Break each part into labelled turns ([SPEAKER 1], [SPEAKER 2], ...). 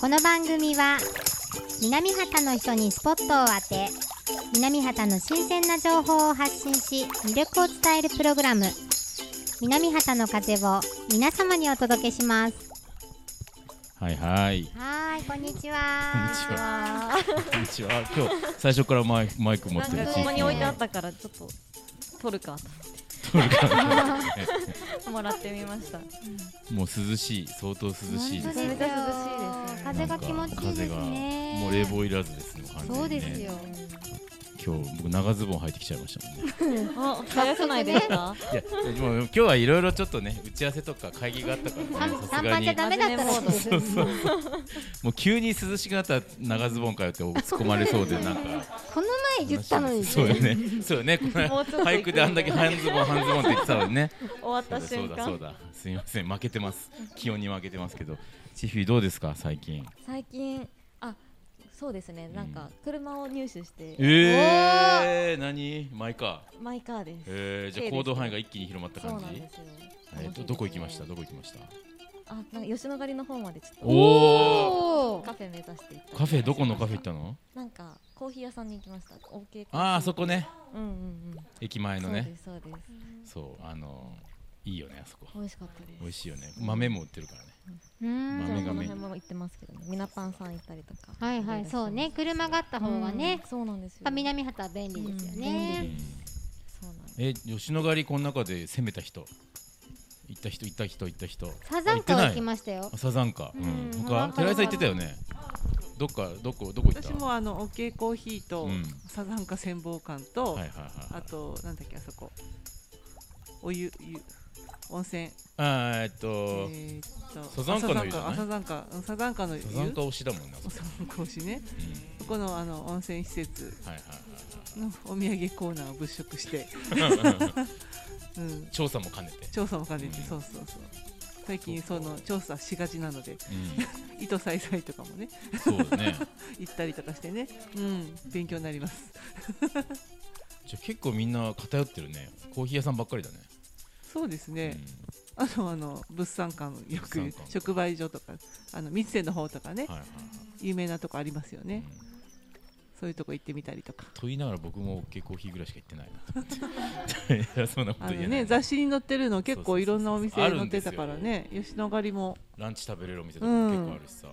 [SPEAKER 1] この番組は南畑の人にスポットを当て南畑の新鮮な情報を発信し魅力を伝えるプログラム南畑の風を皆様にお届けします
[SPEAKER 2] はいはい。
[SPEAKER 1] はーいこんにち
[SPEAKER 2] は
[SPEAKER 1] は
[SPEAKER 2] こんにちは。今日最初からマイマイク持
[SPEAKER 3] な
[SPEAKER 2] っ
[SPEAKER 3] ん
[SPEAKER 2] てる
[SPEAKER 3] か
[SPEAKER 2] 地
[SPEAKER 3] こ
[SPEAKER 2] 域の
[SPEAKER 3] こに置いてあったからちょっと取るかともらってみました
[SPEAKER 2] もう涼しい、相当涼しいで
[SPEAKER 1] 本当で。
[SPEAKER 2] すよ
[SPEAKER 3] めちゃ涼しいですよね
[SPEAKER 1] 風が気持ちいいですね
[SPEAKER 2] もう冷房いらずですもん完全にね。
[SPEAKER 1] そうですよ
[SPEAKER 2] 今日僕長ズボン履いてきちゃいましたもんね。
[SPEAKER 3] あ、 早くないですか
[SPEAKER 2] いや、でも今日はいろいろちょっとね打ち合わせとか会議があったからね、さ
[SPEAKER 1] 短
[SPEAKER 2] すが
[SPEAKER 1] パンじゃ
[SPEAKER 2] に。
[SPEAKER 1] ダメだったらしいです
[SPEAKER 2] そうそうもう急に涼しくなったら長ズボンかよって突っ込まれそうでなんか
[SPEAKER 4] この前 言ったのに
[SPEAKER 2] そうよねそうよねこれ
[SPEAKER 3] もうちょっと
[SPEAKER 2] 俳句であんだけ半ズボン半ズボンって言ってたのにね
[SPEAKER 3] 終わった
[SPEAKER 2] そう
[SPEAKER 3] 瞬
[SPEAKER 2] だそう
[SPEAKER 3] 間
[SPEAKER 2] だすみません負けてます気温に負けてますけどチフィどうですか最近
[SPEAKER 3] 最近、あ、そうですね、なんか車を入手して
[SPEAKER 2] えー、何マイカー
[SPEAKER 3] マイカーです
[SPEAKER 2] えー、じゃあ
[SPEAKER 3] 軽です
[SPEAKER 2] 行動範囲が一気に広まった
[SPEAKER 3] そう
[SPEAKER 2] 感
[SPEAKER 3] なん
[SPEAKER 2] じ
[SPEAKER 3] ですよ
[SPEAKER 2] えー、とどこ行きましたどこ行きました
[SPEAKER 3] あ、なんか吉野ヶ里の方までちょっ
[SPEAKER 2] おお
[SPEAKER 3] とカフェ目指していった
[SPEAKER 2] カフェどこのカフェ行ったの
[SPEAKER 3] なんかコーヒー屋さんに行きました OK
[SPEAKER 2] ああそこね
[SPEAKER 3] うんうんうん
[SPEAKER 2] 駅前
[SPEAKER 3] そ
[SPEAKER 2] の
[SPEAKER 3] う
[SPEAKER 2] ね
[SPEAKER 3] ですそうです
[SPEAKER 2] そうあのー、いいよねあそこ
[SPEAKER 3] 美味しかったです
[SPEAKER 2] 美味しいよね豆も売ってるからね
[SPEAKER 1] うーん
[SPEAKER 2] 豆が
[SPEAKER 3] この
[SPEAKER 2] メイン
[SPEAKER 3] 辺も行ってますけどね、ミナパンさん行ったりとか。
[SPEAKER 1] はいはいそうね車があった方がね、やっ
[SPEAKER 3] うんそうなんですよ。
[SPEAKER 1] ぱ南畑は便利ですよ
[SPEAKER 3] う
[SPEAKER 1] ね、
[SPEAKER 3] そうなんです。
[SPEAKER 2] え吉野ヶ里この中で攻めた人行った人行った人行った人
[SPEAKER 1] サザンカ
[SPEAKER 2] あ
[SPEAKER 1] は行
[SPEAKER 2] 行って
[SPEAKER 1] き
[SPEAKER 2] ない
[SPEAKER 1] ましたよ
[SPEAKER 2] あサザンカ、うん、
[SPEAKER 1] うん
[SPEAKER 2] 他寺井さん行ってたよねどっかどこどこ行った
[SPEAKER 5] 私もあのオッケーコーヒーと、
[SPEAKER 2] うん
[SPEAKER 5] サザンカ潜望館と、
[SPEAKER 2] はいはいはいはい
[SPEAKER 5] あとなんだっけあそこお湯湯温泉
[SPEAKER 2] あーえっ
[SPEAKER 5] え
[SPEAKER 2] と、
[SPEAKER 5] ーっ
[SPEAKER 2] サ
[SPEAKER 5] と
[SPEAKER 2] ザンカの湯じゃない
[SPEAKER 5] あサザンカあサザンカの湯
[SPEAKER 2] サザンカ推しだもんな、
[SPEAKER 5] お
[SPEAKER 2] そこ
[SPEAKER 5] 散歩講師ね
[SPEAKER 2] うん
[SPEAKER 5] そこのあの温泉施設
[SPEAKER 2] はいは
[SPEAKER 5] のお土産コーナーを物色 して、
[SPEAKER 2] いはいはい
[SPEAKER 5] うん、
[SPEAKER 2] 調査も兼ねて、
[SPEAKER 5] 調査も兼ねて、
[SPEAKER 2] うん
[SPEAKER 5] そうそうそう最近その調査しがちなので
[SPEAKER 2] う
[SPEAKER 5] 糸さいさいとかもね
[SPEAKER 2] ん、そうだね
[SPEAKER 5] 行ったりとかしてね、うん、勉強になります
[SPEAKER 2] じゃあ結構みんな偏ってるねコーヒー屋さんばっかりだね、
[SPEAKER 5] そうですね、
[SPEAKER 2] う
[SPEAKER 5] あとあの物産館よく言
[SPEAKER 2] 物産
[SPEAKER 5] う
[SPEAKER 2] 館
[SPEAKER 5] 直売所とかあの店の方とかね
[SPEAKER 2] ん、はいはいはい、
[SPEAKER 5] 有名なとこありますよ
[SPEAKER 2] う
[SPEAKER 5] ね
[SPEAKER 2] ん、
[SPEAKER 5] そういうとこ行ってみたりとか
[SPEAKER 2] と言いながら僕も OK コーヒーぐらいしか行ってないなと思って偉そうなこ
[SPEAKER 5] あ
[SPEAKER 2] と
[SPEAKER 5] の
[SPEAKER 2] 言えない
[SPEAKER 5] ね雑誌に載ってるの結構いろんなお店
[SPEAKER 2] そうそうそうそう
[SPEAKER 5] 載ってたからね吉野ヶ里も
[SPEAKER 2] ランチ食べれるお店とかも結構あるしさ、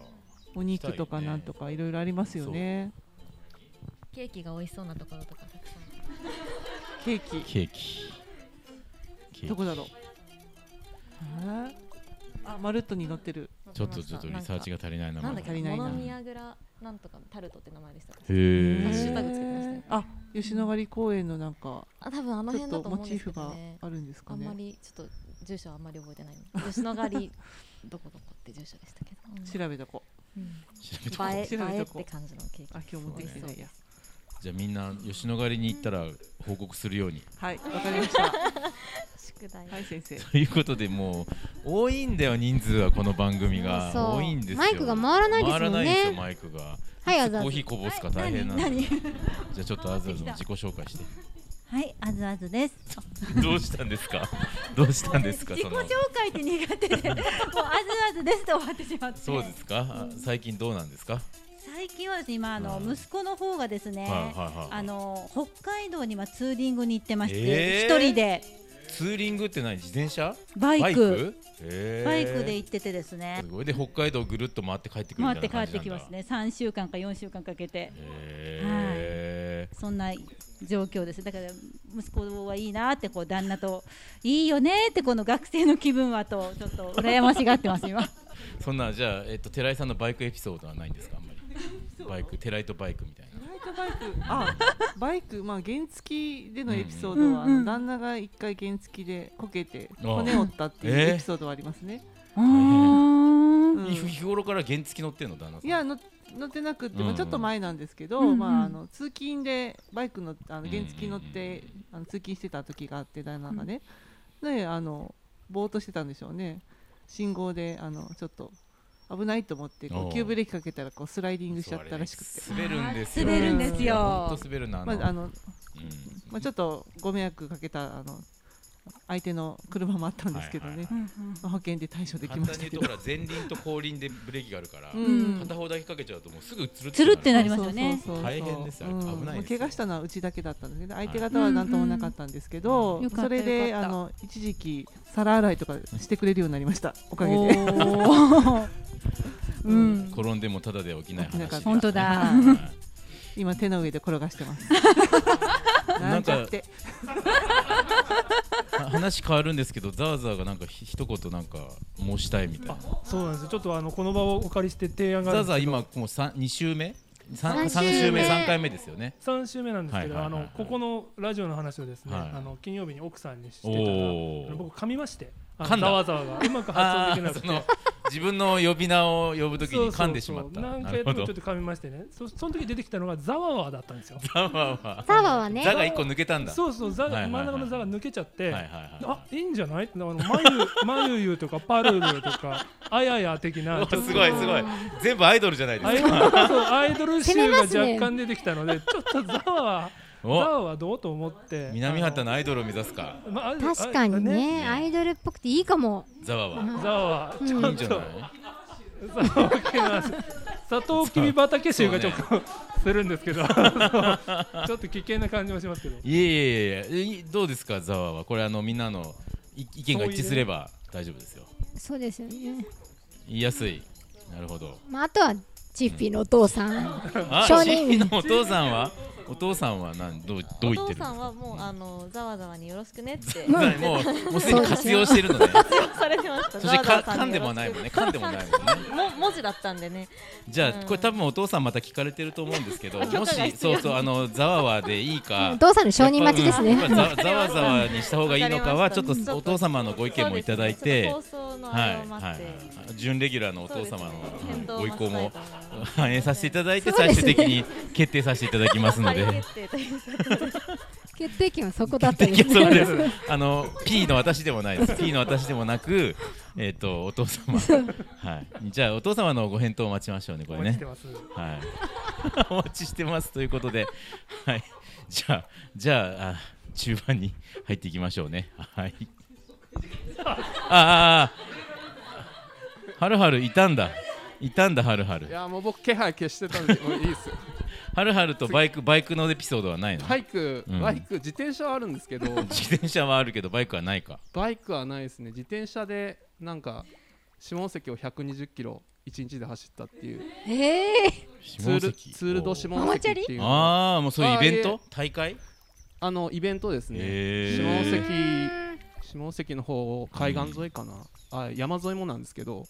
[SPEAKER 5] お肉とかなんとかいろいろありますよね
[SPEAKER 3] ケーキが美味しそうなところとかたくさん。
[SPEAKER 5] ケーキ
[SPEAKER 2] ケーキケーキ
[SPEAKER 5] どこだろうあーあマルットに載ってる
[SPEAKER 2] ちょっとちょっとリサーチ
[SPEAKER 3] が。
[SPEAKER 2] が足りないな
[SPEAKER 3] なん
[SPEAKER 2] まだ
[SPEAKER 3] だっけ、
[SPEAKER 5] 足りないな
[SPEAKER 3] モノミヤグラなんとかタルトって名前でした。
[SPEAKER 2] へ
[SPEAKER 3] ハッシ
[SPEAKER 2] え
[SPEAKER 3] ュタグつけてましたよね
[SPEAKER 5] あ吉野ヶ里公園のなんか
[SPEAKER 3] あ、多分あの
[SPEAKER 5] ちょっ
[SPEAKER 3] 辺だ
[SPEAKER 5] と
[SPEAKER 3] と
[SPEAKER 5] モ
[SPEAKER 3] 思うん
[SPEAKER 5] チ
[SPEAKER 3] で
[SPEAKER 5] ー
[SPEAKER 3] すけ
[SPEAKER 5] フ
[SPEAKER 3] ど
[SPEAKER 5] が
[SPEAKER 3] ね。
[SPEAKER 5] あるんです
[SPEAKER 3] あ
[SPEAKER 5] か
[SPEAKER 3] ん
[SPEAKER 5] ね
[SPEAKER 3] まりちょっと住所あんまり覚えてないの。吉野ヶ里どこどこって住所でしたけど。うん
[SPEAKER 5] 調べとこ
[SPEAKER 3] うん
[SPEAKER 2] 調べとこう
[SPEAKER 3] 映え
[SPEAKER 5] 調べとこ
[SPEAKER 3] 映えって感じのケーキ
[SPEAKER 5] あ。今日持ってきてないや
[SPEAKER 2] じゃあみんな吉野ヶ里に行ったら報告するように
[SPEAKER 5] はいわかりましたは
[SPEAKER 3] 宿題。
[SPEAKER 5] い先生
[SPEAKER 2] ということでもう多いんだよ人数はこの番組が
[SPEAKER 1] そう
[SPEAKER 2] 多いんですよ
[SPEAKER 1] マイクが回らないですよね
[SPEAKER 2] 回らないんですよマイクが
[SPEAKER 1] はいあざ
[SPEAKER 2] コ
[SPEAKER 1] あざ
[SPEAKER 2] ーヒーこぼすか大変なんでじゃあちょっとあずあずの自己紹介して
[SPEAKER 6] はい、あずあずです。
[SPEAKER 2] どうしたんですか どうしたんですか
[SPEAKER 6] 自己
[SPEAKER 2] その
[SPEAKER 6] 紹介って苦手で、もうあずあずですって終わってしまって。
[SPEAKER 2] そうですか、あ最近どうなんですか
[SPEAKER 6] 最近はですね、今あの、
[SPEAKER 2] うん
[SPEAKER 6] 息子の方がですね、
[SPEAKER 2] はいはいはい
[SPEAKER 6] あの北海道にはツーリングに行ってまして、
[SPEAKER 2] えー
[SPEAKER 6] 一人で
[SPEAKER 2] ツーリングって何自転車
[SPEAKER 6] バイク
[SPEAKER 2] へー
[SPEAKER 6] バイクで行っててですね
[SPEAKER 2] す。ごいで北海道ぐるっと回って帰ってくるみたいな
[SPEAKER 6] 回って帰
[SPEAKER 2] 感
[SPEAKER 6] っ
[SPEAKER 2] じなん
[SPEAKER 6] て
[SPEAKER 2] だ
[SPEAKER 6] きますね。三週間か四週間かけて
[SPEAKER 2] へー
[SPEAKER 6] そんな状況です。だから息子はいいなってこう旦那といいよねってこの学生の気分はとちょっと羨ましがってま す今。
[SPEAKER 2] そんなじゃあ、えっと、寺井さんのバイクエピソードはないんですかあん まりバイク寺井とバイクみたいな
[SPEAKER 5] ライトバイク、あ、バイク、まあ原付でのエピソードは、あ
[SPEAKER 6] うんうんうん
[SPEAKER 5] の旦那が一回原付でこけて骨折ったってい
[SPEAKER 2] ああえ
[SPEAKER 5] う
[SPEAKER 2] え
[SPEAKER 5] エピソードはありますね。
[SPEAKER 6] うん
[SPEAKER 5] うん
[SPEAKER 2] 日日頃から原付乗ってんの旦那さん
[SPEAKER 5] いやの乗ってなくって、
[SPEAKER 2] うん
[SPEAKER 5] ま
[SPEAKER 2] う
[SPEAKER 5] あ
[SPEAKER 2] ん
[SPEAKER 5] ちょっと前なんですけど、
[SPEAKER 6] うんうん
[SPEAKER 5] まああの通勤でバイクのあの
[SPEAKER 2] ん
[SPEAKER 5] 原付乗って、あの通勤してた時があって旦那がね、であのぼーっとしてたんでしょうね。信号であのちょっと危ないと思ってこ
[SPEAKER 2] おう
[SPEAKER 5] う急ブレーキかけたらこうスライディングしちゃったらしくて。
[SPEAKER 2] そうあれね滑るんですよ
[SPEAKER 6] あ
[SPEAKER 2] 本
[SPEAKER 5] 滑るんですよ
[SPEAKER 6] ー
[SPEAKER 2] 当滑るなあ
[SPEAKER 5] ま
[SPEAKER 2] の、
[SPEAKER 5] あ、あの
[SPEAKER 2] うん
[SPEAKER 5] まあ、ちょっとご迷惑かけたあの相手の車もあったんですけどね、
[SPEAKER 2] はいはい
[SPEAKER 6] うんうん
[SPEAKER 5] まあ保険で対処でき
[SPEAKER 2] 簡
[SPEAKER 5] ま
[SPEAKER 2] 単
[SPEAKER 5] し
[SPEAKER 2] に
[SPEAKER 5] た
[SPEAKER 2] 言
[SPEAKER 5] け
[SPEAKER 2] う
[SPEAKER 5] ど
[SPEAKER 2] とほら前輪と後輪でブレーキがあるから、
[SPEAKER 5] うん
[SPEAKER 2] 片方だけかけちゃうともうすぐつる
[SPEAKER 6] つるってなり
[SPEAKER 2] ま
[SPEAKER 6] ますよね
[SPEAKER 5] そうそうそうそ
[SPEAKER 2] 大
[SPEAKER 5] う
[SPEAKER 2] 変ですよ
[SPEAKER 5] うん
[SPEAKER 2] 危ないですよ
[SPEAKER 5] もう怪我したのはうちだけだったんですけど相手方は何ともなかったんですけど、
[SPEAKER 6] うんうん
[SPEAKER 5] それ
[SPEAKER 6] よ
[SPEAKER 5] で
[SPEAKER 6] かったよかった
[SPEAKER 5] あの一時期皿洗いとかしてくれるようになりましたおかげ
[SPEAKER 6] お
[SPEAKER 5] で
[SPEAKER 6] ーうん
[SPEAKER 2] 転んでもただでは起きない話
[SPEAKER 5] 起きなかった
[SPEAKER 6] 本当だ
[SPEAKER 2] は
[SPEAKER 5] 今手の上で転がしてます
[SPEAKER 2] な
[SPEAKER 5] なん
[SPEAKER 2] か
[SPEAKER 5] んちゃって
[SPEAKER 2] いは話変わるんですけどざわざわがなんかひ一言なんか申したいみたいな
[SPEAKER 4] そうなんですよちょっとあのこの場をお借りして提案が
[SPEAKER 2] ざ
[SPEAKER 4] ある
[SPEAKER 2] わ
[SPEAKER 4] ん
[SPEAKER 2] ざ
[SPEAKER 4] で
[SPEAKER 2] わ
[SPEAKER 4] すけど
[SPEAKER 2] 今もう三二週目三
[SPEAKER 1] 三
[SPEAKER 2] 三
[SPEAKER 1] 週目
[SPEAKER 2] 週目三回目ですよね
[SPEAKER 4] 3週目なんですけど、
[SPEAKER 2] はいはいはいはい
[SPEAKER 4] あのここのラジオの話をですね、
[SPEAKER 2] はい
[SPEAKER 4] あの金曜日に奥さんにしてたら
[SPEAKER 2] お
[SPEAKER 4] あの
[SPEAKER 2] お
[SPEAKER 4] 僕噛みましてあ
[SPEAKER 2] 噛
[SPEAKER 4] の
[SPEAKER 2] んだ
[SPEAKER 4] ざわざわがうまく発音できなくて
[SPEAKER 2] あーその自分の呼び名を呼ぶときに噛んでしまっ
[SPEAKER 4] そ
[SPEAKER 2] た
[SPEAKER 4] うそうそう何
[SPEAKER 2] な
[SPEAKER 4] 回や
[SPEAKER 2] る
[SPEAKER 4] って
[SPEAKER 2] ほ
[SPEAKER 4] もちょ
[SPEAKER 2] ど
[SPEAKER 4] っと噛みましてねそその時出てきたのがざわわだったん ですよ
[SPEAKER 2] ざわわ
[SPEAKER 1] ざわはね
[SPEAKER 2] ざが一個抜けたんだ
[SPEAKER 4] そうそうざ、
[SPEAKER 2] はいはいはい
[SPEAKER 4] 真ん中のざが抜けちゃって、
[SPEAKER 2] はいはいは
[SPEAKER 4] あいいんじゃないってあのまゆまゆゆとかパルルと かあやや的
[SPEAKER 2] い
[SPEAKER 4] な
[SPEAKER 2] お
[SPEAKER 4] ちょっ
[SPEAKER 2] すごいすごい全部アイドルじゃないです
[SPEAKER 4] アイ
[SPEAKER 2] か
[SPEAKER 4] ドルそうアイドル集が
[SPEAKER 1] 攻めますね
[SPEAKER 4] 若干出てきたの で、ちょっとざわはざ
[SPEAKER 2] お
[SPEAKER 4] わはどうと思って
[SPEAKER 2] 南畑のアイドルを目指すか
[SPEAKER 4] あのまああ
[SPEAKER 1] 確かに
[SPEAKER 4] あ
[SPEAKER 1] ねアイドルっぽくていいかも
[SPEAKER 2] ざわは
[SPEAKER 4] ざわは
[SPEAKER 1] うん
[SPEAKER 4] ちょっと
[SPEAKER 2] いいんじゃない
[SPEAKER 4] ざわ系なんです砂糖きび畑臭がちょっとするんですけどそうちょっと危険な感じもしますけど
[SPEAKER 2] いえいえいえいどうですかざわはこれあのみんなのい意見が一致すれば大丈夫ですよ
[SPEAKER 1] そうですよね、
[SPEAKER 2] 言いやすいなるほど
[SPEAKER 1] まあ、あとはチッピーのお父さん
[SPEAKER 2] あ
[SPEAKER 1] 承認
[SPEAKER 2] シッピーのお父さんはお父さんはなんどうどう
[SPEAKER 3] お
[SPEAKER 2] 言ってるんで
[SPEAKER 3] 父
[SPEAKER 2] す
[SPEAKER 3] さん
[SPEAKER 2] か
[SPEAKER 3] はもうあのざわざわによろしくねって
[SPEAKER 2] はいもうもうすでに活用してるのね
[SPEAKER 3] されてました。
[SPEAKER 2] そして
[SPEAKER 3] ざわざ
[SPEAKER 2] か
[SPEAKER 3] わさ
[SPEAKER 2] 噛ん
[SPEAKER 3] に
[SPEAKER 2] で
[SPEAKER 3] よろしく
[SPEAKER 2] もないもんね噛んでもないもんね
[SPEAKER 3] も文字だったんでね。
[SPEAKER 2] じゃあ
[SPEAKER 3] うん
[SPEAKER 2] これ多分お父さんまた聞かれてると思うんですけどもしそうそうあのざわわでいいか
[SPEAKER 1] お父さんの承認待ちですね
[SPEAKER 2] やっぱうんやっぱざざわざわにした方がいいのかは
[SPEAKER 3] わ
[SPEAKER 2] ち
[SPEAKER 3] か
[SPEAKER 2] ょっ
[SPEAKER 3] り
[SPEAKER 2] と
[SPEAKER 3] ました
[SPEAKER 2] お父様のご意見もいただいて
[SPEAKER 3] そうですねちょっと放送のあ
[SPEAKER 2] は
[SPEAKER 3] れ
[SPEAKER 2] い
[SPEAKER 3] を待
[SPEAKER 2] は
[SPEAKER 3] って。
[SPEAKER 2] い準レギュラーのお父様のご意向も
[SPEAKER 3] も
[SPEAKER 2] 反映させていただいて
[SPEAKER 1] そうで
[SPEAKER 2] 最
[SPEAKER 1] す
[SPEAKER 2] 終
[SPEAKER 1] ね
[SPEAKER 2] 的に決定させていただきますので。
[SPEAKER 3] 決定という
[SPEAKER 1] 決定権はそこだったんです
[SPEAKER 2] そう
[SPEAKER 1] ね
[SPEAKER 2] です。あの P の私でもないです。P の私でもなく、えっ、とお父様。はい。じゃあお父様のご返答を待ちましょうね。こ
[SPEAKER 4] お
[SPEAKER 2] れ
[SPEAKER 4] 待ちし
[SPEAKER 2] ね
[SPEAKER 4] て。ます
[SPEAKER 2] はい。 お待ちしてますということで、はい。じゃあじゃああ中盤に入っていきましょうね。はい。ああ。はるはるいたんだ。いたんだはるはいる。
[SPEAKER 7] やもう僕気配消してたんでもうい いですよ
[SPEAKER 2] はるはるとバイクバイクのエピソードはないの。
[SPEAKER 7] バイク、
[SPEAKER 2] うん
[SPEAKER 7] バイク自転車はあるんですけど
[SPEAKER 2] 自転車はあるけどバイクはないか。
[SPEAKER 7] バイクはないですね自転車でなんか下関を120キロ1日で走ったっていう
[SPEAKER 1] ええ
[SPEAKER 7] ツー
[SPEAKER 2] 下
[SPEAKER 7] ル
[SPEAKER 2] 関
[SPEAKER 7] ツールド下関っていうあ
[SPEAKER 2] ああもうそういうイベン
[SPEAKER 7] あい
[SPEAKER 2] ト
[SPEAKER 7] え
[SPEAKER 2] 大会
[SPEAKER 7] あのイベントですね、
[SPEAKER 2] へ
[SPEAKER 7] 下関
[SPEAKER 1] ー
[SPEAKER 7] 下関の方を海岸沿いかな、あ山沿いもなんですけど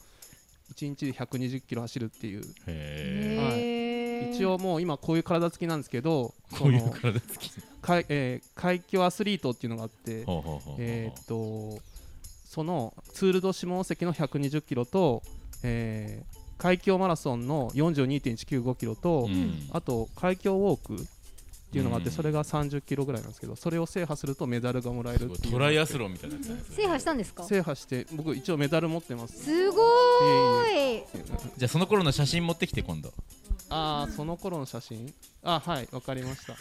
[SPEAKER 7] 1日で120キロ走るっていう
[SPEAKER 2] へ
[SPEAKER 7] はい
[SPEAKER 1] え
[SPEAKER 7] 一応もう今こういう体つきなんですけど
[SPEAKER 2] えこういう
[SPEAKER 7] その
[SPEAKER 2] 体つき
[SPEAKER 7] かいえー海峡アスリートっていうのがあって
[SPEAKER 2] ほうほうほうほう
[SPEAKER 7] えーっとそのツール・ド・下関の120キロと、えー海峡マラソンの42.195キロと、
[SPEAKER 2] うん
[SPEAKER 7] あと海峡ウォークっていうのがあって、
[SPEAKER 2] うん
[SPEAKER 7] それが30キロぐらいなんですけどそれを制覇するとメダルがもらえ
[SPEAKER 2] す
[SPEAKER 7] るっ
[SPEAKER 2] ごい
[SPEAKER 7] ていう
[SPEAKER 2] トライアスロンみたいなやつだね
[SPEAKER 1] 制覇したんですか
[SPEAKER 7] 制覇して僕一応メダル持ってます
[SPEAKER 1] すごーい
[SPEAKER 2] じゃあその頃の写真持ってきて今度
[SPEAKER 7] ああその頃の写真あはいわかりました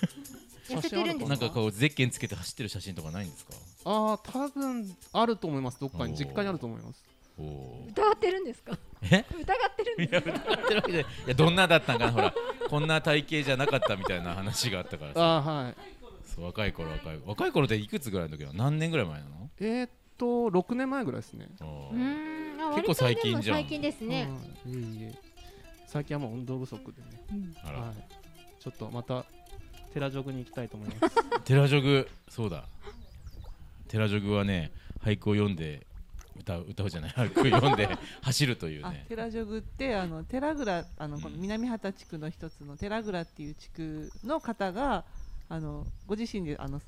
[SPEAKER 1] 痩せてるんですか
[SPEAKER 2] なんかこうゼッケンつけて走ってる写真とかないんですか
[SPEAKER 7] ああ多分あると思いますどっかに実家にあると思います
[SPEAKER 2] おお
[SPEAKER 1] 疑ってるんですか
[SPEAKER 2] え
[SPEAKER 1] 疑ってるん
[SPEAKER 2] い
[SPEAKER 1] です
[SPEAKER 2] や歌ってるわけじゃないいやどんなだったんかなほらこんな体型じゃなかったみたいな話があったからさ
[SPEAKER 7] ああはい
[SPEAKER 2] そう若い頃若い頃若い頃っていくつぐらいの時は何年ぐらい前なの
[SPEAKER 7] えーっと6年前ぐらいですね
[SPEAKER 2] お
[SPEAKER 1] う
[SPEAKER 2] ー
[SPEAKER 1] ーんあ
[SPEAKER 2] 結構最近じゃん
[SPEAKER 1] 割とでも最近ですね
[SPEAKER 7] うんいえいえ最近はもう運動不足でね、
[SPEAKER 2] あら
[SPEAKER 7] はい、ちょっとまたテラジョグに行きたいと思います
[SPEAKER 2] テラジョグそうだテラジョグはね俳句を読んで歌う歌うじゃない俳句を読ん で走るという
[SPEAKER 5] あ
[SPEAKER 2] ね
[SPEAKER 5] テラジョグってあのテラグラあのこの南畑地区の一つのテラグラっていう地区の方があのご自身であの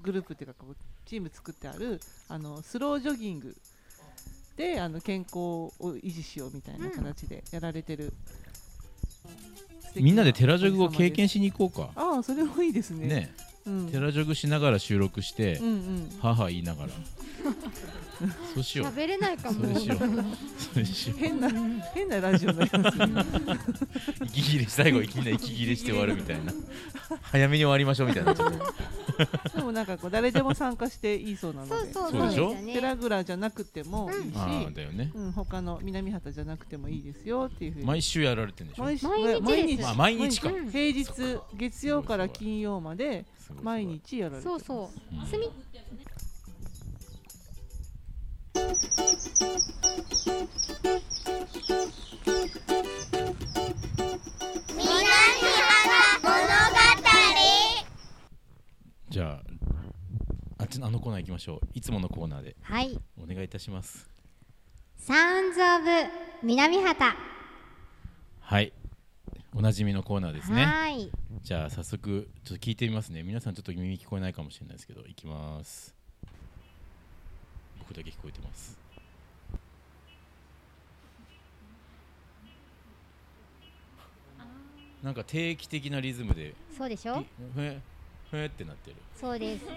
[SPEAKER 5] グループっていうかこうチーム作ってあるあのスロージョギングであの健康を維持しようみたいな形でやられてる、素敵
[SPEAKER 2] みんなでテラジョグを経験
[SPEAKER 5] し
[SPEAKER 2] しに行こうか
[SPEAKER 5] ああそれもいいですね
[SPEAKER 2] ね
[SPEAKER 5] うん、
[SPEAKER 2] テラジョグしながら収録して
[SPEAKER 5] うんうん
[SPEAKER 2] 母言いながらそうしよう
[SPEAKER 1] 喋れないか
[SPEAKER 2] そう
[SPEAKER 1] も
[SPEAKER 2] しよそうしよ
[SPEAKER 5] 変な変なラジオになりますよね
[SPEAKER 2] う息切れ最後みんな息切れして終わるみたいな早めに終わりましょうみたい なちょっと
[SPEAKER 5] でもなんかこう誰でも参加していいそうなので
[SPEAKER 1] そうそうそう
[SPEAKER 2] そうで
[SPEAKER 1] です
[SPEAKER 2] しょ
[SPEAKER 1] よね
[SPEAKER 5] テラグラじゃなくてもいいし、
[SPEAKER 2] ああだよね
[SPEAKER 5] うん、他の南畑じゃなくてもいいですよっていうふうに
[SPEAKER 2] 毎週やられてるんでしょ
[SPEAKER 5] 毎週
[SPEAKER 1] 毎日です
[SPEAKER 2] まあ毎日か
[SPEAKER 1] うん
[SPEAKER 5] 平日月曜から金曜まです
[SPEAKER 2] ごいすごい
[SPEAKER 5] 毎日やられて
[SPEAKER 1] そ
[SPEAKER 5] る
[SPEAKER 1] うそう、
[SPEAKER 2] うん
[SPEAKER 1] すみ
[SPEAKER 2] じゃああっちのあのコーナー行きましょういつものコーナーで
[SPEAKER 1] はい
[SPEAKER 2] お願いいたします
[SPEAKER 1] サウンズオブ南畑
[SPEAKER 2] はいおなじみのコーナーですね
[SPEAKER 1] はーい
[SPEAKER 2] じゃあ早速ちょっと聞いてみますね皆さんちょっと耳聞こえないかもしれないですけど行きます僕だけ聞こえてますなんか定期的なリズムで
[SPEAKER 1] そうでし
[SPEAKER 2] ピ
[SPEAKER 1] ょ
[SPEAKER 2] ふえふえってなってる、
[SPEAKER 1] そうです
[SPEAKER 2] うん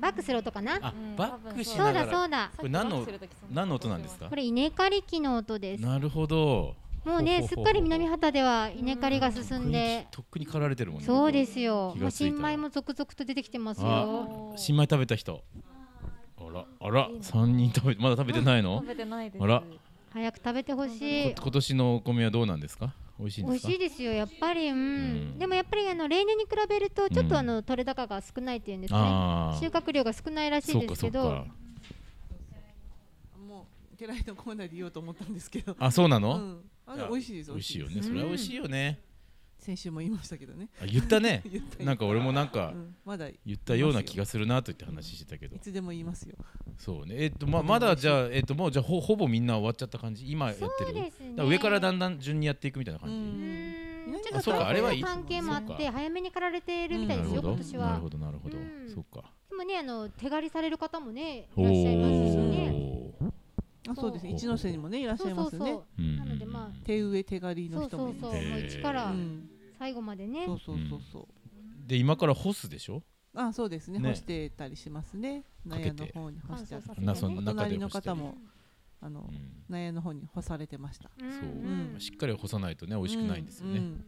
[SPEAKER 1] バックする音かな
[SPEAKER 2] あ
[SPEAKER 3] うん
[SPEAKER 2] バックし
[SPEAKER 1] そ
[SPEAKER 2] な
[SPEAKER 1] う
[SPEAKER 2] が
[SPEAKER 1] だそ
[SPEAKER 2] ら
[SPEAKER 1] うだ
[SPEAKER 2] これ何の
[SPEAKER 3] さっきバックする時そ
[SPEAKER 2] 何の音なんですか
[SPEAKER 1] これ稲刈り機の音です
[SPEAKER 2] なるほど
[SPEAKER 1] もうね
[SPEAKER 2] ほ
[SPEAKER 1] す
[SPEAKER 2] ほ
[SPEAKER 1] っ
[SPEAKER 2] ほ
[SPEAKER 1] か
[SPEAKER 2] ほ
[SPEAKER 1] り南畑では稲刈りが
[SPEAKER 2] とっ
[SPEAKER 1] 進
[SPEAKER 2] く
[SPEAKER 1] んで
[SPEAKER 2] にとっくに狩られてるもんね
[SPEAKER 1] そうですよ
[SPEAKER 2] 気
[SPEAKER 1] もう
[SPEAKER 2] がついたら
[SPEAKER 1] 新米も続々と出てきてます
[SPEAKER 2] あ
[SPEAKER 1] よ
[SPEAKER 2] 新米食べた人あらあら三人食べまだ食べてないの
[SPEAKER 3] 食べてないです
[SPEAKER 2] あら
[SPEAKER 1] 早く食べてほしい
[SPEAKER 2] 今年のお米はどうなんですか美味しいん
[SPEAKER 1] 美
[SPEAKER 2] で
[SPEAKER 1] 味
[SPEAKER 2] すか
[SPEAKER 1] しいですよやっぱりうん、
[SPEAKER 2] うん
[SPEAKER 1] でもやっぱりあの例年に比べるとちょっ
[SPEAKER 2] うん
[SPEAKER 1] とあの、取れ高が少ないっていうんですね
[SPEAKER 2] ああ
[SPEAKER 1] 収穫量が少ないらしい
[SPEAKER 2] そう
[SPEAKER 1] で
[SPEAKER 2] か
[SPEAKER 1] す
[SPEAKER 2] そ
[SPEAKER 1] け
[SPEAKER 2] う
[SPEAKER 1] ど
[SPEAKER 2] か
[SPEAKER 5] もう寺井のコーナーで言おうと思ったんですけど
[SPEAKER 2] あそうな
[SPEAKER 5] う
[SPEAKER 2] の
[SPEAKER 5] んあでも美味しいです
[SPEAKER 2] 美味しいよ
[SPEAKER 5] です
[SPEAKER 2] ねそれは美味しいよね
[SPEAKER 5] 先週も言いましたけどね
[SPEAKER 2] あ言ったね
[SPEAKER 5] 言った
[SPEAKER 2] なんか俺もなんか
[SPEAKER 5] うんまだい
[SPEAKER 2] 言ったような気がするなといって話してたけど
[SPEAKER 5] つでも言いますよ
[SPEAKER 2] そうねえっとままだじゃあえっともうじゃあほほぼみんな終わっちゃった感じ今やってる
[SPEAKER 1] そうですね
[SPEAKER 2] だから上からだんだん順にやっていくみたいな
[SPEAKER 5] う
[SPEAKER 2] 感じ、
[SPEAKER 1] うんんちょ
[SPEAKER 2] あ
[SPEAKER 1] っと
[SPEAKER 2] そうかあれはいい
[SPEAKER 1] 関係もあっ
[SPEAKER 2] そう
[SPEAKER 1] て
[SPEAKER 2] か
[SPEAKER 1] 早めに狩られてるみたい
[SPEAKER 2] な
[SPEAKER 1] です
[SPEAKER 2] る
[SPEAKER 1] よ
[SPEAKER 2] ほ
[SPEAKER 1] 今
[SPEAKER 2] ど
[SPEAKER 1] 年
[SPEAKER 2] な
[SPEAKER 1] は
[SPEAKER 2] るほどなるほど、
[SPEAKER 1] うん
[SPEAKER 2] そうか
[SPEAKER 1] でもねあの手刈りされる方もねい
[SPEAKER 2] お
[SPEAKER 1] らっしゃいますしね
[SPEAKER 2] お
[SPEAKER 5] あそうです一ノ瀬にもねいらっし
[SPEAKER 1] そ
[SPEAKER 5] ゃ
[SPEAKER 1] う
[SPEAKER 5] い
[SPEAKER 1] そ
[SPEAKER 5] ま
[SPEAKER 1] う
[SPEAKER 5] す
[SPEAKER 1] そ
[SPEAKER 5] よね
[SPEAKER 1] う
[SPEAKER 2] うん
[SPEAKER 1] なのでま
[SPEAKER 5] 手植え手刈り
[SPEAKER 1] そ
[SPEAKER 5] の
[SPEAKER 1] う
[SPEAKER 5] 人
[SPEAKER 1] そ
[SPEAKER 5] も
[SPEAKER 1] う
[SPEAKER 5] い
[SPEAKER 1] そ
[SPEAKER 5] ま
[SPEAKER 1] うも
[SPEAKER 5] す
[SPEAKER 2] へー
[SPEAKER 1] う一から
[SPEAKER 5] うん
[SPEAKER 1] 最後までね
[SPEAKER 5] そうそうそうそう
[SPEAKER 2] で今から干すでしょ
[SPEAKER 5] あそうですね
[SPEAKER 2] ね
[SPEAKER 5] 干してたりしますね納
[SPEAKER 2] け
[SPEAKER 5] 屋
[SPEAKER 2] て
[SPEAKER 5] の方に干してあった
[SPEAKER 1] 乾燥させてね
[SPEAKER 2] なその
[SPEAKER 5] お
[SPEAKER 2] 中で
[SPEAKER 5] 隣の
[SPEAKER 2] 干して
[SPEAKER 5] 方もあの
[SPEAKER 2] うん
[SPEAKER 5] 納屋の方に干されてました
[SPEAKER 1] うん
[SPEAKER 2] そう
[SPEAKER 1] うん
[SPEAKER 2] しっかり干さないとね美味しくないんですよね、
[SPEAKER 5] ううん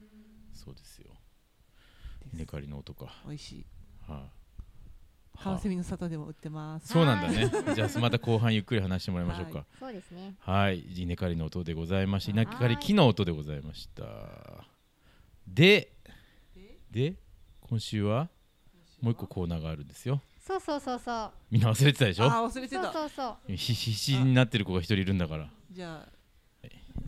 [SPEAKER 2] そうですよ
[SPEAKER 5] です
[SPEAKER 2] 稲刈りの音か、
[SPEAKER 5] 美味しい
[SPEAKER 2] はあ、
[SPEAKER 5] カワセミの里でも売ってます
[SPEAKER 2] そうなんだねじゃあまた後半ゆっくり話してもらいましょうか
[SPEAKER 1] そうですね
[SPEAKER 2] はい稲刈りの音でございました稲刈り木の音でございましたでで今週はもう一個コーナーがあるんですよ
[SPEAKER 1] そうそうそうそう
[SPEAKER 2] みんな忘れてたでしょ
[SPEAKER 5] あー忘れて
[SPEAKER 1] そう
[SPEAKER 5] た
[SPEAKER 1] そうそう
[SPEAKER 2] ひひ必死になってる子が一人いるんだから
[SPEAKER 5] じゃあ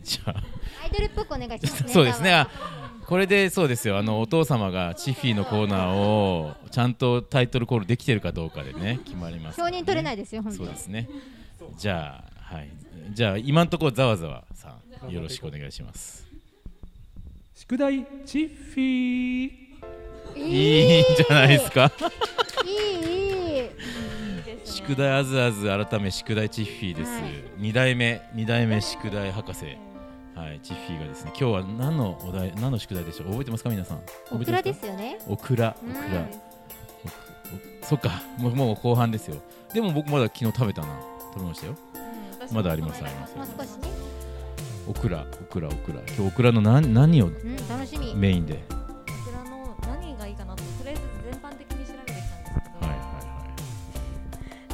[SPEAKER 2] じゃあ
[SPEAKER 1] アイドルっぽくお願いしますね
[SPEAKER 2] そうですね。
[SPEAKER 1] 歌は
[SPEAKER 2] あこれでそうですよ。あのお父様がチフィーのコーナーをちゃんとタイトルコールできてるかどうかでね決まります、。
[SPEAKER 1] 承認取れないいですよ本当
[SPEAKER 2] そうですね。じゃあはい。じゃあ今のところざわざわさんよろしくお願いします。
[SPEAKER 4] 宿題チッフィー
[SPEAKER 2] いいんじゃないですか。
[SPEAKER 1] いいいい
[SPEAKER 2] 宿題あずあず改め宿題チッフィーです。
[SPEAKER 1] はい
[SPEAKER 2] 二、代目二代目宿題博士。はい、チッフィーがですね、今日は何のお題、何の宿題でしょう、覚えてますか、皆さん。
[SPEAKER 1] オ
[SPEAKER 2] 覚え
[SPEAKER 1] ク
[SPEAKER 2] て
[SPEAKER 1] ラ
[SPEAKER 2] ま
[SPEAKER 1] で
[SPEAKER 2] か
[SPEAKER 1] すよね
[SPEAKER 2] オクラ、オ
[SPEAKER 1] うん
[SPEAKER 2] クラ。おそっかもう、もう後半ですよ。でも僕まだ昨日食べたな。食べましたよ。
[SPEAKER 3] うん
[SPEAKER 2] まだありますあります
[SPEAKER 1] もう少しね
[SPEAKER 2] オクラ、オクラ、オクラ。今日オクラの何何を
[SPEAKER 1] うん楽しみ
[SPEAKER 2] メインで。
[SPEAKER 3] こちらの何がいいかなととりあえず全般的に調べてきたんですけど、
[SPEAKER 2] はいはいは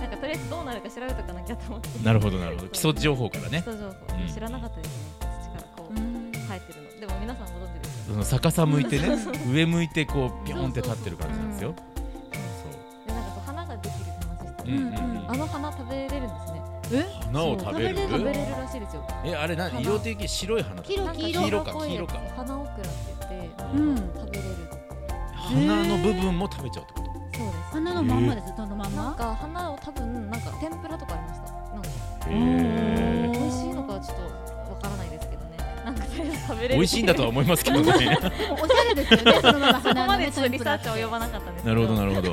[SPEAKER 3] なんかとりあえずどうなるか調べとかなきゃと思って
[SPEAKER 2] い。なるほどなるほど。基礎情報からね
[SPEAKER 3] 基。礎情報
[SPEAKER 2] うん
[SPEAKER 3] 知らなかったですね土からこう生えてるのでも皆さんご存知ですよ
[SPEAKER 2] その逆さ向いてね、上向いてこうビョンって立ってる感じなんですよ。そ
[SPEAKER 3] でなんかそう花ができるって話して
[SPEAKER 2] う。うんうんうん
[SPEAKER 3] あ。の花食べれるんですね
[SPEAKER 2] 花を食べる。
[SPEAKER 3] 食べれるらしいですよ
[SPEAKER 2] えあれ何？色的に白い花とか。
[SPEAKER 1] 黄色
[SPEAKER 3] なん
[SPEAKER 1] 黄
[SPEAKER 2] 黄
[SPEAKER 1] 色
[SPEAKER 2] 色
[SPEAKER 3] っぽいや
[SPEAKER 2] か黄色
[SPEAKER 3] つ
[SPEAKER 2] か
[SPEAKER 3] 花オクラって言って
[SPEAKER 6] うん、
[SPEAKER 3] 食べれるそう
[SPEAKER 2] 花の部分も食べちゃうってこと。
[SPEAKER 3] です
[SPEAKER 6] 花のまんまですよ、そのまん
[SPEAKER 3] なん
[SPEAKER 6] ま。
[SPEAKER 3] か花を多分なんか天ぷらとかありましたなんか
[SPEAKER 2] へえ。
[SPEAKER 3] 美味しいのかはちょっとわからないですけどねなんかとりあえず食べれる
[SPEAKER 2] 美味しいんだとは思いますけどね。
[SPEAKER 6] おしゃれですよね、そのま
[SPEAKER 3] そ
[SPEAKER 6] ま
[SPEAKER 3] こ
[SPEAKER 6] 花
[SPEAKER 3] ま
[SPEAKER 6] の
[SPEAKER 3] で
[SPEAKER 6] ね
[SPEAKER 3] ちょっとリサーチは及ばなかったんですけ
[SPEAKER 2] な
[SPEAKER 3] ど
[SPEAKER 2] るほどなるほど。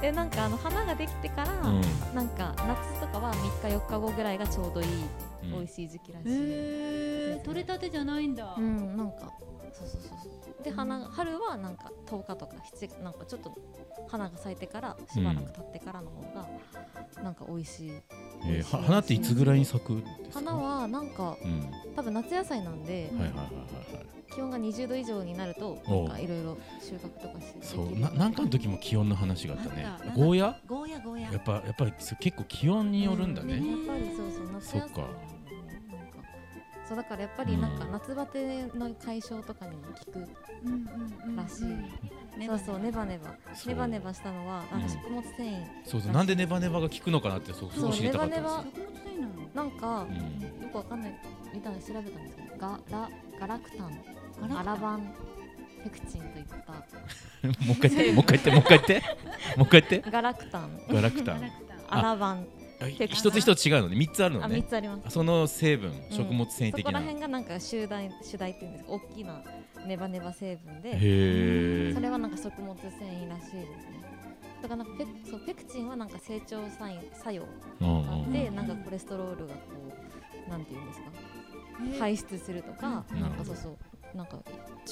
[SPEAKER 3] でなんかあの花ができてから、
[SPEAKER 2] うん。
[SPEAKER 3] なんか夏とかは3日4日後ぐらいがちょうどいいって
[SPEAKER 2] うん
[SPEAKER 3] 美味しい時期らしい、
[SPEAKER 6] えー、取れたてじゃないんだ。
[SPEAKER 3] うん、なんかそうそうそうそうで花が春はなんか10日とか7なんかちょっと花が咲いてからしばらく経ってからの方がなんか美味しい、
[SPEAKER 2] えーは花っていつぐらいに咲くんですか
[SPEAKER 3] 花はなんか
[SPEAKER 2] うん
[SPEAKER 3] 多分夏野菜なんで、
[SPEAKER 2] はいはいはいはいはい
[SPEAKER 3] 気温が20度以上になるとな
[SPEAKER 2] おうん
[SPEAKER 3] かいろいろ収穫とかしてでき
[SPEAKER 2] そ
[SPEAKER 3] る
[SPEAKER 2] うななんかの時も気温の話があったね
[SPEAKER 8] あったなんだ
[SPEAKER 2] ゴーヤ
[SPEAKER 8] ゴーヤゴーヤ
[SPEAKER 2] やっぱやっぱりそう結構気温によるんだね、
[SPEAKER 3] やっぱりそうそう夏野菜
[SPEAKER 2] そっか
[SPEAKER 3] なんかそうだからやっぱりなんか
[SPEAKER 2] うん
[SPEAKER 3] 夏バテの解消とかにも効く
[SPEAKER 6] うんうんうん
[SPEAKER 3] らしい、
[SPEAKER 6] ネ
[SPEAKER 3] そうそう
[SPEAKER 6] バネバ
[SPEAKER 3] ネバネバ
[SPEAKER 2] そう
[SPEAKER 3] ネバネバしたのはなんか食物繊維、
[SPEAKER 2] そうそうなんでネバネバが効くのかなってそう
[SPEAKER 3] そ
[SPEAKER 2] そうこ知りたかった
[SPEAKER 3] ネ
[SPEAKER 2] んで
[SPEAKER 3] バ
[SPEAKER 6] 食物繊維なの。
[SPEAKER 3] なんか、
[SPEAKER 2] すよ、うん
[SPEAKER 3] よくわかんないみたいな調べたんですけどガラガラクタン
[SPEAKER 8] ガラクタン
[SPEAKER 3] ガラバンペクチンといっ た
[SPEAKER 2] もう一回言って、もう一回言って、もう一回言 って、もう一回言って。
[SPEAKER 3] ガラクタン
[SPEAKER 2] ガラクタ
[SPEAKER 6] ガラ
[SPEAKER 2] ン。
[SPEAKER 6] クタン
[SPEAKER 3] アラバン
[SPEAKER 2] あい一つ一つ違うのね、三つあるの
[SPEAKER 3] あ三
[SPEAKER 2] ね。
[SPEAKER 3] つあります
[SPEAKER 2] あその成分、
[SPEAKER 3] うん
[SPEAKER 2] 食物繊維
[SPEAKER 3] そ
[SPEAKER 2] 的
[SPEAKER 3] こら
[SPEAKER 2] な。
[SPEAKER 3] 辺がなんか集大集大っていうんですか大きなネバネバ成分で
[SPEAKER 2] へえ
[SPEAKER 3] そ。れはなんか食物繊維らしいですねだからなんかペクそうペクチンはなんか成長サイン作用
[SPEAKER 2] うん
[SPEAKER 3] があ
[SPEAKER 2] う
[SPEAKER 3] っ
[SPEAKER 2] ん
[SPEAKER 3] て
[SPEAKER 2] うん
[SPEAKER 3] なんかコレステロールがこうなんていうんですか排出するとか、
[SPEAKER 2] うん
[SPEAKER 3] なんかそうそうなんか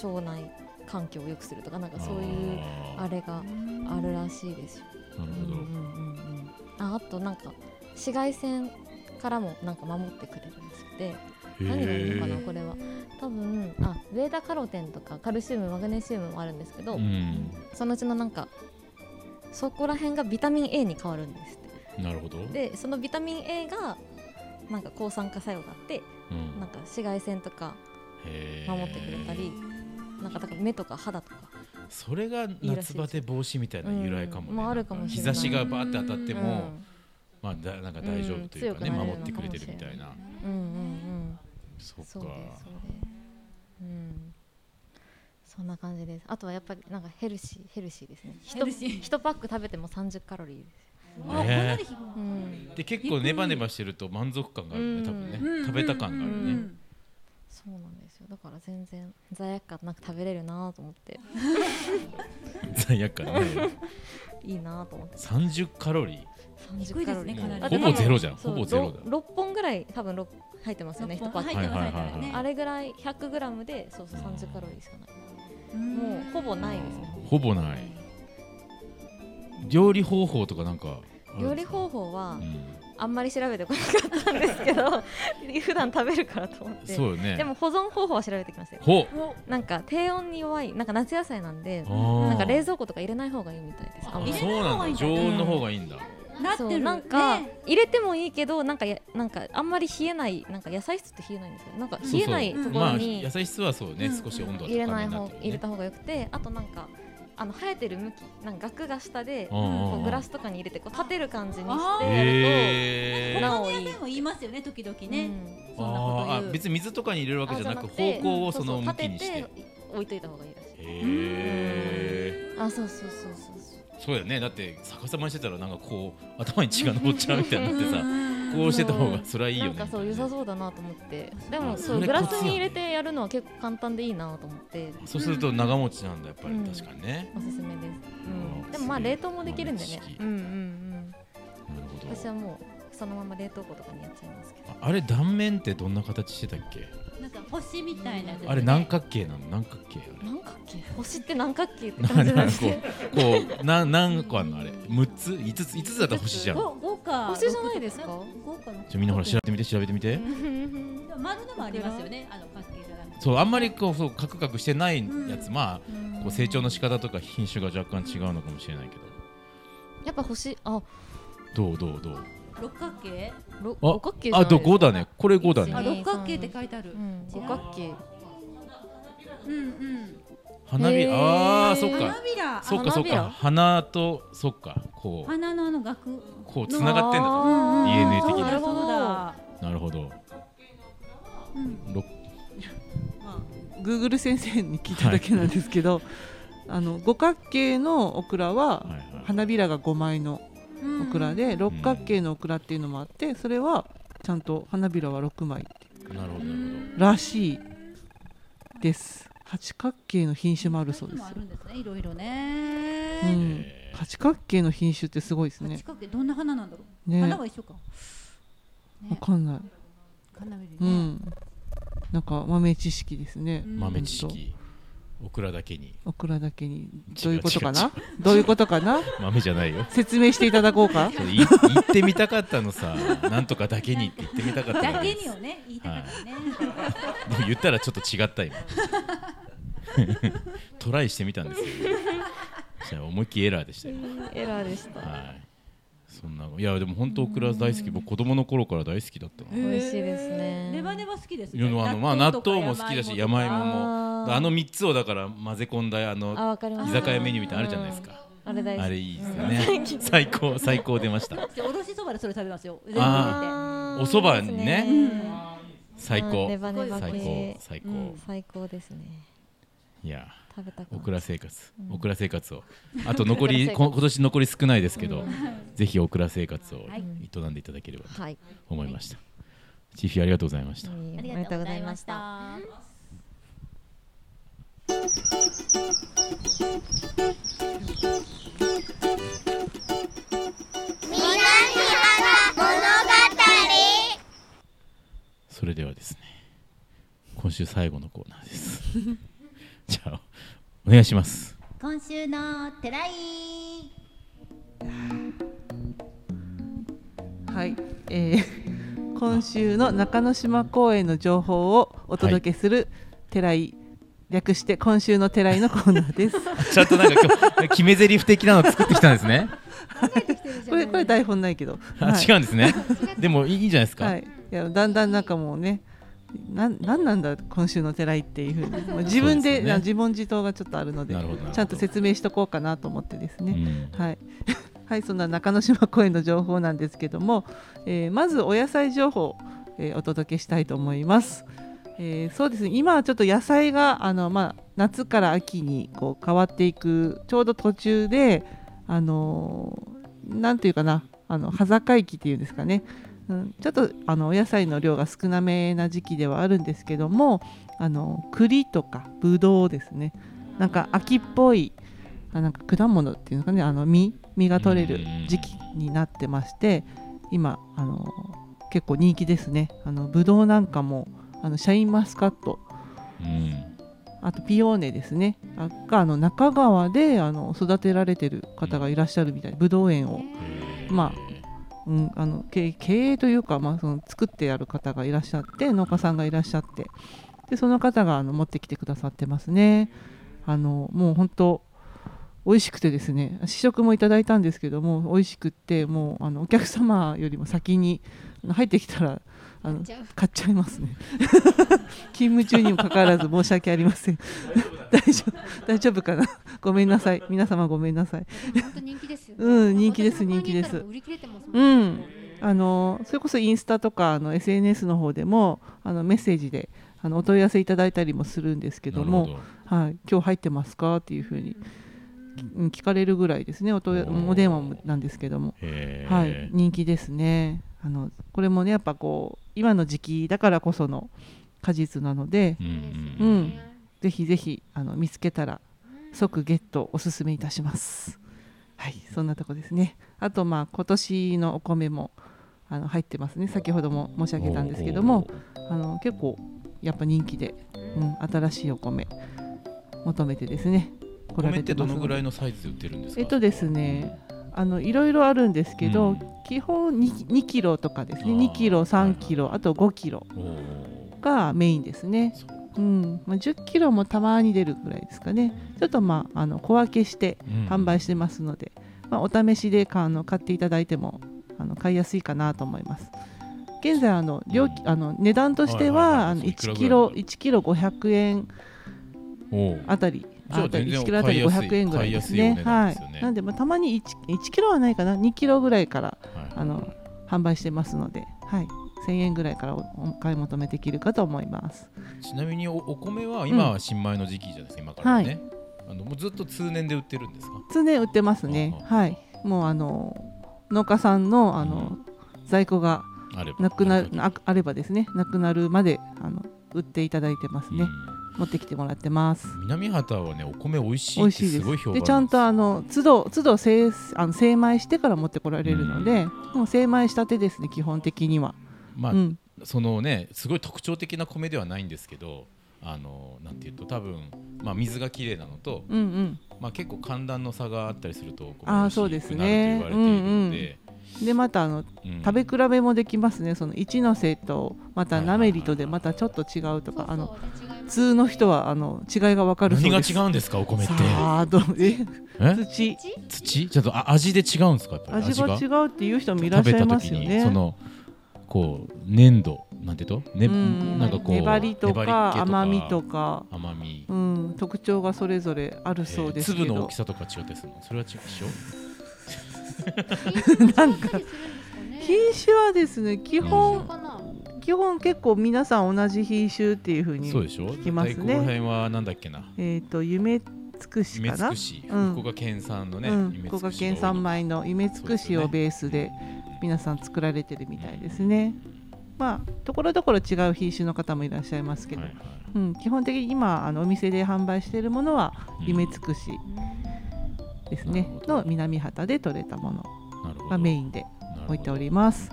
[SPEAKER 3] 腸内環境を良くするとかなんかそういうあ
[SPEAKER 2] あ
[SPEAKER 3] れがあるらしいですよ。
[SPEAKER 2] ーなるほど。
[SPEAKER 3] ああとなんか紫外線からもなんか守ってくれるらしくて何がいいのかな
[SPEAKER 2] へ
[SPEAKER 3] これは多分あベータカロテンとかカルシウムマグネシウムもあるんですけど、
[SPEAKER 2] え。うん。
[SPEAKER 3] そのうちのなんかそこら辺がビタミン A に変わるんですっ
[SPEAKER 2] なるほど。
[SPEAKER 3] てでそのビタミン A がなんか抗酸化作用があって
[SPEAKER 2] うん
[SPEAKER 3] なんか紫外線とか
[SPEAKER 2] へー
[SPEAKER 3] 守ってくれたり、なんかだから目とか肌とか
[SPEAKER 2] それが夏バテ防止みたいな由来かもね。
[SPEAKER 3] うんまああるかもしれない
[SPEAKER 2] 日差しがバーって当たって
[SPEAKER 3] う
[SPEAKER 2] も、
[SPEAKER 3] ん
[SPEAKER 2] まあだなんか大丈夫というかね、
[SPEAKER 3] うん強くなれるのかもしれない
[SPEAKER 2] 守ってくれてるみたいな。
[SPEAKER 3] うんうん
[SPEAKER 2] そ
[SPEAKER 3] うん、
[SPEAKER 2] っ
[SPEAKER 3] そうで
[SPEAKER 2] か。
[SPEAKER 3] すそうです、うん、そんな感じですあとはやっぱりなんかヘルシーヘルシーですね
[SPEAKER 6] ヘルシー
[SPEAKER 3] 1パック食べても30カロリーです、
[SPEAKER 6] あ、こんなに広い
[SPEAKER 3] うん、
[SPEAKER 2] で結構ネバネバしてると満足感があるね、多分
[SPEAKER 6] うん
[SPEAKER 2] ね。食べた感があるね。
[SPEAKER 3] そうなんですよだから全然罪悪感なく食べれるなと思って
[SPEAKER 2] 罪悪感ね。
[SPEAKER 3] いいなと思って
[SPEAKER 2] 30カロリー
[SPEAKER 3] 30カロリー
[SPEAKER 6] 低いですねかなり
[SPEAKER 2] ほ
[SPEAKER 3] あで
[SPEAKER 2] ぼ
[SPEAKER 3] も
[SPEAKER 2] ゼロじゃん
[SPEAKER 3] そ
[SPEAKER 2] ほ
[SPEAKER 3] う
[SPEAKER 2] ぼゼロだ
[SPEAKER 3] ろ6本ぐらい多分6入ってますよね1パック、
[SPEAKER 2] 入ってます
[SPEAKER 3] あれぐらい 100g でそうそう30カロリーしかない、もうほぼないですね
[SPEAKER 2] ほぼない料理方法とかなんかあるん
[SPEAKER 3] 料
[SPEAKER 2] で
[SPEAKER 3] 理
[SPEAKER 2] すか
[SPEAKER 3] 方法は
[SPEAKER 2] うん
[SPEAKER 3] あんまり調べてこなかったんですけど 普段食べるからと思って
[SPEAKER 2] そうよね
[SPEAKER 3] でも保存方法は調べてきましたよ
[SPEAKER 2] ほ
[SPEAKER 3] なんか低温に弱いなんか夏野菜なんで
[SPEAKER 2] な
[SPEAKER 3] なんか冷蔵庫とか入れない方がいいみたいですあんまり
[SPEAKER 2] そうなんだ常温の方がいいんだ
[SPEAKER 6] なって
[SPEAKER 3] そ
[SPEAKER 6] る
[SPEAKER 3] う
[SPEAKER 6] ね
[SPEAKER 3] なんか、入れてもいいけどなんかやなんかあんまり冷えないなんか野菜室って冷えないんですけどなんか冷えな
[SPEAKER 2] そ
[SPEAKER 3] い
[SPEAKER 2] う
[SPEAKER 3] と
[SPEAKER 2] そう
[SPEAKER 3] こ
[SPEAKER 2] ま
[SPEAKER 3] ろ
[SPEAKER 2] あ
[SPEAKER 3] に
[SPEAKER 2] 野菜室はそうね少し温度は
[SPEAKER 3] 入れ
[SPEAKER 2] 高
[SPEAKER 3] な
[SPEAKER 2] め
[SPEAKER 3] い
[SPEAKER 2] にな
[SPEAKER 3] 方
[SPEAKER 2] って
[SPEAKER 3] 入れ
[SPEAKER 2] るね
[SPEAKER 3] た方がよくてあとなんかあの生えてる向きなんか額が下で
[SPEAKER 2] うんうんうん
[SPEAKER 3] こうグラスとかに入れてこう立てる感じにしてやる
[SPEAKER 2] へ
[SPEAKER 3] と
[SPEAKER 2] ー
[SPEAKER 3] なおいい
[SPEAKER 6] で。も言いますよね、時々
[SPEAKER 3] うん
[SPEAKER 6] ね。そんなこと言
[SPEAKER 2] あ
[SPEAKER 6] う
[SPEAKER 2] ーあ別に水とかに入れるわけじゃなく方向をその向きにして
[SPEAKER 3] そうそう立てて置いといた方がいいらしい
[SPEAKER 2] へー
[SPEAKER 3] あそうそうそうそうそ
[SPEAKER 2] そうだよねだって逆さまにしてたらなんかこう頭に血が上っちゃうみたいになってさ
[SPEAKER 6] うん
[SPEAKER 2] こうしてた方がそれはいいうよ
[SPEAKER 3] な
[SPEAKER 2] ね
[SPEAKER 3] んかそう
[SPEAKER 2] み
[SPEAKER 3] 良
[SPEAKER 2] たいな
[SPEAKER 3] さ
[SPEAKER 2] ね
[SPEAKER 3] そうだなと思ってで
[SPEAKER 2] あ
[SPEAKER 3] も
[SPEAKER 2] そ
[SPEAKER 3] そう
[SPEAKER 2] れ
[SPEAKER 3] グラ
[SPEAKER 2] コ
[SPEAKER 3] ス
[SPEAKER 2] ツやね
[SPEAKER 3] に入れてやるのは結構簡単でいいなと思って
[SPEAKER 2] そうすると長持ちなんだやっぱり、
[SPEAKER 3] うん
[SPEAKER 2] 確かにね。
[SPEAKER 3] おすすめです、
[SPEAKER 2] う
[SPEAKER 3] うんん、でもまあ
[SPEAKER 2] すげえ
[SPEAKER 3] 冷凍もできるんでね
[SPEAKER 2] 豆知識
[SPEAKER 3] うんうんうん
[SPEAKER 2] なるほ
[SPEAKER 3] 私
[SPEAKER 2] ど。
[SPEAKER 3] はもうそのまま冷凍庫とかにやっちゃいますけど
[SPEAKER 2] ああれ断面ってどんな形してたっけ？
[SPEAKER 6] なんか星みたいなやつね。
[SPEAKER 2] あれ何角形なの？何角形あれ？
[SPEAKER 3] 何角形星って何角形って
[SPEAKER 2] な
[SPEAKER 3] 感じなん
[SPEAKER 2] な
[SPEAKER 3] で
[SPEAKER 2] ん
[SPEAKER 3] す
[SPEAKER 2] こ
[SPEAKER 3] ね
[SPEAKER 2] うこうな何個あんのあれ？六つ？五つ？五つだったら星じゃん。ち
[SPEAKER 6] 五五か。
[SPEAKER 3] 星じゃないですか
[SPEAKER 6] 五か六か
[SPEAKER 2] ょみんなほら調べてみて調べてみて。
[SPEAKER 6] でも丸のもありますよね。あの関係じゃなくて。
[SPEAKER 2] そうあんまりこうそうカクカクしてないやつ、まあこう成長
[SPEAKER 3] の
[SPEAKER 2] の仕方とか品種が若干違うのかもしれないけ
[SPEAKER 3] やっぱ星あ
[SPEAKER 2] ど。どうどうどう？
[SPEAKER 6] 六角形。
[SPEAKER 3] ろ
[SPEAKER 2] あ
[SPEAKER 3] 五角形じゃな
[SPEAKER 2] あ
[SPEAKER 3] いで
[SPEAKER 2] ど
[SPEAKER 3] すか
[SPEAKER 2] 五だね。これ五だ
[SPEAKER 6] あ、
[SPEAKER 2] ね。
[SPEAKER 6] 六角形って書いてある
[SPEAKER 3] う。ん五角形
[SPEAKER 6] うんうん。
[SPEAKER 2] 花び
[SPEAKER 3] へー
[SPEAKER 2] らあーそっ
[SPEAKER 6] 花
[SPEAKER 2] か。
[SPEAKER 6] びら。
[SPEAKER 2] そっかそっ
[SPEAKER 3] 花び
[SPEAKER 2] から花とそっかこう
[SPEAKER 6] 花のあの額。
[SPEAKER 2] こうつながってんだと。
[SPEAKER 3] あー
[SPEAKER 2] DNA 的に
[SPEAKER 3] なるほど
[SPEAKER 6] そうだ。
[SPEAKER 2] なるほど。
[SPEAKER 6] うん。
[SPEAKER 2] 六
[SPEAKER 5] まあ、Google 先生に聞いただけなんですけど、あの五角形のオクラは
[SPEAKER 2] はいはい
[SPEAKER 5] 花びらが5枚のオクラで、六角形のオクラっていうのもあってそれはちゃんと花びらは6枚
[SPEAKER 2] なるほどなる
[SPEAKER 5] らしいです八角形の品種もあるそうです
[SPEAKER 6] もあ
[SPEAKER 5] よ
[SPEAKER 6] るんですね。いろいろ
[SPEAKER 5] う
[SPEAKER 6] ね。
[SPEAKER 5] ん、八角形の品種ってすごいですね
[SPEAKER 6] 八角形どんな花なんだろう。
[SPEAKER 5] ね
[SPEAKER 6] 花は一緒か。
[SPEAKER 5] わかんない
[SPEAKER 6] 花び
[SPEAKER 5] う
[SPEAKER 6] らね
[SPEAKER 5] ん、なんか豆知識ですね、
[SPEAKER 2] 豆知識オクラだけに
[SPEAKER 5] オクラだけにどういうことかなどういうことかな
[SPEAKER 2] 豆じゃないよ
[SPEAKER 5] 説明していただこうか
[SPEAKER 2] ちょっとい行ってみたかったのさなんとかだけにって言ってみたかったの
[SPEAKER 6] だけにをね言いたかったね、
[SPEAKER 2] でも言ったらちょっと違った今 トライしてみたんですけどじゃあ思いっきりエラーでしたよ
[SPEAKER 3] エラーでした、
[SPEAKER 2] はいそんないやでも本当オクラ大好き僕子供の頃から大好きだったな
[SPEAKER 3] 美味しいですね
[SPEAKER 6] ネバネバ好きです
[SPEAKER 2] いやあのまあ納豆も好きだし山芋
[SPEAKER 6] も
[SPEAKER 2] もあの3つをだから混ぜ込んだあ
[SPEAKER 3] あ
[SPEAKER 2] の
[SPEAKER 3] わかりま
[SPEAKER 2] 居
[SPEAKER 3] す
[SPEAKER 2] 酒屋メニューみたいなのあるじゃないですか
[SPEAKER 3] あれ大好き
[SPEAKER 2] あれいいですよね最高最高出ました
[SPEAKER 6] おろしそばでそれ食べますよ全部入
[SPEAKER 3] あー
[SPEAKER 2] お蕎麦にね
[SPEAKER 3] いいです
[SPEAKER 2] 最
[SPEAKER 3] うん
[SPEAKER 2] 高
[SPEAKER 3] ネバネバ
[SPEAKER 2] 最
[SPEAKER 3] 系
[SPEAKER 2] 高最
[SPEAKER 3] う
[SPEAKER 2] 高
[SPEAKER 3] ん最高ですね
[SPEAKER 2] いや
[SPEAKER 3] 食べたく
[SPEAKER 2] オ
[SPEAKER 3] な
[SPEAKER 2] ク
[SPEAKER 3] る
[SPEAKER 2] ラ生活、オクラ生活を、あと残
[SPEAKER 3] オクラ生
[SPEAKER 2] り
[SPEAKER 3] 活
[SPEAKER 2] こ今年残り少ないですけど、ぜひオクラ生活を
[SPEAKER 6] はい
[SPEAKER 2] 営んでいただければと
[SPEAKER 3] はい
[SPEAKER 2] 思いました。チーフィーありがとうございました。
[SPEAKER 3] うん
[SPEAKER 6] って
[SPEAKER 3] あ
[SPEAKER 6] あ
[SPEAKER 3] り
[SPEAKER 6] り
[SPEAKER 3] が
[SPEAKER 6] が
[SPEAKER 3] と
[SPEAKER 6] と
[SPEAKER 3] う
[SPEAKER 6] う
[SPEAKER 3] ご
[SPEAKER 6] ご
[SPEAKER 3] ざ
[SPEAKER 6] ざ
[SPEAKER 3] い
[SPEAKER 6] い
[SPEAKER 3] ま
[SPEAKER 6] ま
[SPEAKER 3] し
[SPEAKER 6] したた
[SPEAKER 2] それではですね、今週最後のコーナーです。 じゃあお願いします。
[SPEAKER 6] 今週のテライ
[SPEAKER 5] はい、えー 今週の中之島公園の情報をお届けする寺井、略して今週の寺井のコーナー です
[SPEAKER 2] ちゃんとなんか 今日決め台詞的なの作ってきたんですね。
[SPEAKER 5] これこれ台本ないけど、
[SPEAKER 2] あ
[SPEAKER 5] はい
[SPEAKER 2] 違うんですね。でもいいいいじゃないですか。
[SPEAKER 5] はい、いやだんだんなんかもうねなんなんなんだ今週の寺井っていうふう にもう自分
[SPEAKER 2] そうで
[SPEAKER 5] で、
[SPEAKER 2] すね
[SPEAKER 5] 自問自答がちょっとあるので
[SPEAKER 2] なるほどなるほど
[SPEAKER 5] ちゃんと説明しとこうかなと思ってです
[SPEAKER 2] う
[SPEAKER 5] ね、
[SPEAKER 2] ん
[SPEAKER 5] はい はいそんな中之島公園の情報なんですけども、えーまずお野菜情報、えーお届けしたいと思います、えーそうですね今はちょっと野菜があの、まあ、夏から秋にこう変わっていくちょうど途中であのーなんていうかなあの葉坂駅っていうんですかね、うん、ちょっとあのお野菜の量が少なめな時期ではあるんですけどもあの栗とかぶどうですねなんか秋っぽいあなんか果物っていうのかねあの実実が取れる時期になってまして今あの結構人気ですねあのぶどうなんかもあのシャインマスカット
[SPEAKER 2] うん
[SPEAKER 5] あとピオーネですねあがあの中川であの育てられてる方がいらっしゃるみたいでぶどう園を、まうん、あの経経営というか、まあ、その作ってやる方がいらっしゃって農家さんがいらっしゃってでその方があの持ってきてくださってますねあのもう本当美味しくてですね試食もいただいたんですけども美味しくってもうあのお客様よりも先にあの入ってきたらあの買っちゃいますね勤務中にもかかわらず申し訳ありません大丈夫 大丈夫かなごめんなさい皆様ごめんなさい
[SPEAKER 8] 本当人気ですよね。
[SPEAKER 5] うん人気です
[SPEAKER 8] 私も
[SPEAKER 5] 人気です
[SPEAKER 8] ここに行ったら売り切れてますもんね。
[SPEAKER 5] うん、あのそれこそインスタとかあの SNS の方でもあのメッセージであのお問い合わせいただいたりもするんですけど
[SPEAKER 2] なる
[SPEAKER 5] も
[SPEAKER 2] ほ
[SPEAKER 5] 「はい、今日入ってますか?」っていうふうに、うん、聞かれるぐらいですねお問い
[SPEAKER 2] おー
[SPEAKER 5] お電話もなんですけども、
[SPEAKER 2] どへー
[SPEAKER 5] はい、人気ですねあのこれもねやっぱこう今の時期だからこその果実なので
[SPEAKER 2] うん
[SPEAKER 8] です
[SPEAKER 2] うん
[SPEAKER 8] よ
[SPEAKER 5] う
[SPEAKER 8] ね
[SPEAKER 5] ぜひぜひあの見つけたら即ゲットおすすめいたします。はい、そんなとこですね。あとまあ今年のお米もあの入ってますね。先ほども申し上げたんですけども、あの結構やっぱ人気で、うん、新しいお米求めてですね。来ら
[SPEAKER 2] 米
[SPEAKER 5] れ
[SPEAKER 2] って
[SPEAKER 5] て
[SPEAKER 2] ど
[SPEAKER 5] ます
[SPEAKER 2] の
[SPEAKER 5] の
[SPEAKER 2] ぐらい
[SPEAKER 5] で。
[SPEAKER 2] のサイズで売ってるんですか。
[SPEAKER 5] えっとですね、あのいろいろあるんですけ
[SPEAKER 2] う
[SPEAKER 5] ど、
[SPEAKER 2] ん
[SPEAKER 5] 基本 2, 2キロとかですね。
[SPEAKER 2] あー
[SPEAKER 5] 2キロ、3
[SPEAKER 2] はい
[SPEAKER 5] キロ、あと5キロ
[SPEAKER 2] おー
[SPEAKER 5] がメインですね。
[SPEAKER 2] そう
[SPEAKER 5] うん、まあ、10キロもたまに出るぐらいですかね。ちょっとまああの小分けして
[SPEAKER 2] うん
[SPEAKER 5] 販売してますので、まあ、お試しでかあの買っていただいてもあの買いやすいかなと思います。現在あの料金あの値段としては
[SPEAKER 2] はいはいはい
[SPEAKER 5] あの
[SPEAKER 2] いくらぐ
[SPEAKER 5] 1
[SPEAKER 2] らい
[SPEAKER 5] キロ1キロ500円
[SPEAKER 2] おー
[SPEAKER 5] あたり。
[SPEAKER 2] じゃあ
[SPEAKER 5] あたり
[SPEAKER 2] 全然
[SPEAKER 5] 1キロあたり500円ぐらいですね。
[SPEAKER 2] 買いや
[SPEAKER 5] は
[SPEAKER 2] すいお値段ですよね
[SPEAKER 5] い。なんでまあたまに 1, 1キロはないかな、2キロぐらいから
[SPEAKER 2] はい
[SPEAKER 5] あの販売してますので、はい、1000円ぐらいからおお買い求めできるかと思います。
[SPEAKER 2] ちなみにおお米は今は新米の時期じゃないですか、今からね、あのもうずっと通年で売ってるんですか
[SPEAKER 5] 常売ってますね。
[SPEAKER 2] あ
[SPEAKER 5] はい。もうあの農家さんのあの在庫が
[SPEAKER 2] あれば
[SPEAKER 5] なくなる
[SPEAKER 2] あ
[SPEAKER 5] ああればですねなくなるまであの売っていただいてます
[SPEAKER 2] れ
[SPEAKER 5] ね
[SPEAKER 2] ば、
[SPEAKER 5] 持ってきてもらってます
[SPEAKER 2] うん南畑はねお米美味し
[SPEAKER 5] 美
[SPEAKER 2] いって
[SPEAKER 5] 味しい
[SPEAKER 2] す
[SPEAKER 5] です
[SPEAKER 2] ごい評判
[SPEAKER 5] でちゃんとあの都度都度精あの精米してから持ってこられるので、もう精米したてですね基本的には、
[SPEAKER 2] まあ、
[SPEAKER 5] うん
[SPEAKER 2] そのねすごい特徴的な米ではないんですけどあのなんていうと多分、まあ、水がきれいなのと、
[SPEAKER 5] うんうん
[SPEAKER 2] まあ、結構寒暖の差があったりすると
[SPEAKER 5] あーそうですね
[SPEAKER 2] 美味しくなると言われているので、
[SPEAKER 5] でまたあの
[SPEAKER 2] うん
[SPEAKER 5] 食べ比べもできますねその一ノ瀬とまた
[SPEAKER 2] はいはいは
[SPEAKER 5] ナ
[SPEAKER 2] い
[SPEAKER 5] メリとでまたちょっと違
[SPEAKER 8] そ
[SPEAKER 5] うと
[SPEAKER 8] うそう
[SPEAKER 5] かあの
[SPEAKER 8] じゃあ違い
[SPEAKER 5] 普
[SPEAKER 8] ます
[SPEAKER 5] 通の人はあの違いがわかるそう
[SPEAKER 2] 何が
[SPEAKER 5] です
[SPEAKER 2] 違うんですかお米って
[SPEAKER 5] さあどうえ
[SPEAKER 2] え
[SPEAKER 5] 土
[SPEAKER 2] 土ちょっとあ味で違うんですかやっぱり
[SPEAKER 5] 味が違うっていう人もいらっ
[SPEAKER 2] 食
[SPEAKER 5] し
[SPEAKER 2] べ
[SPEAKER 5] ゃい
[SPEAKER 2] た
[SPEAKER 5] ます
[SPEAKER 2] 時
[SPEAKER 5] よ
[SPEAKER 2] に、
[SPEAKER 5] ね
[SPEAKER 2] そのこう粘度なんていうと、ね
[SPEAKER 5] うん
[SPEAKER 2] なんかこう
[SPEAKER 5] 粘りと
[SPEAKER 2] 粘
[SPEAKER 5] か
[SPEAKER 2] り気
[SPEAKER 5] 甘みとか、
[SPEAKER 2] 甘み、
[SPEAKER 5] うん、特徴がそれぞれあるそうですけ
[SPEAKER 2] えー粒の大
[SPEAKER 5] ど
[SPEAKER 2] き、さとか違ってするのそれは違うでしょ
[SPEAKER 8] 違ったりするんで
[SPEAKER 5] なんか
[SPEAKER 8] すかね
[SPEAKER 5] 品種はですね基
[SPEAKER 8] 品種
[SPEAKER 5] 本
[SPEAKER 8] かな
[SPEAKER 5] 基本結構皆さん同じ品種っていうふうに
[SPEAKER 2] そうでしょ
[SPEAKER 5] 聞きますね
[SPEAKER 2] 大根の辺はなんだっけな
[SPEAKER 5] えっ、と夢つくし
[SPEAKER 2] 夢
[SPEAKER 5] か
[SPEAKER 2] つ
[SPEAKER 5] な
[SPEAKER 2] く、し、
[SPEAKER 5] うん
[SPEAKER 2] 福岡県産のね、
[SPEAKER 5] うん、
[SPEAKER 2] 夢つ
[SPEAKER 5] 福
[SPEAKER 2] くし
[SPEAKER 5] 岡県産米の夢つくしをベースで皆さん作られてるみたいですね。まあところどころ違う品種の方もいらっしゃいますけど、
[SPEAKER 2] はいはい
[SPEAKER 5] うん、基本的に今あのお店で販売しているものは
[SPEAKER 2] うん
[SPEAKER 5] 夢つくしですね、
[SPEAKER 2] なるほど
[SPEAKER 5] の南畑で採れたもの
[SPEAKER 2] なるほど
[SPEAKER 5] がメインで
[SPEAKER 2] なるほど
[SPEAKER 5] 置いております。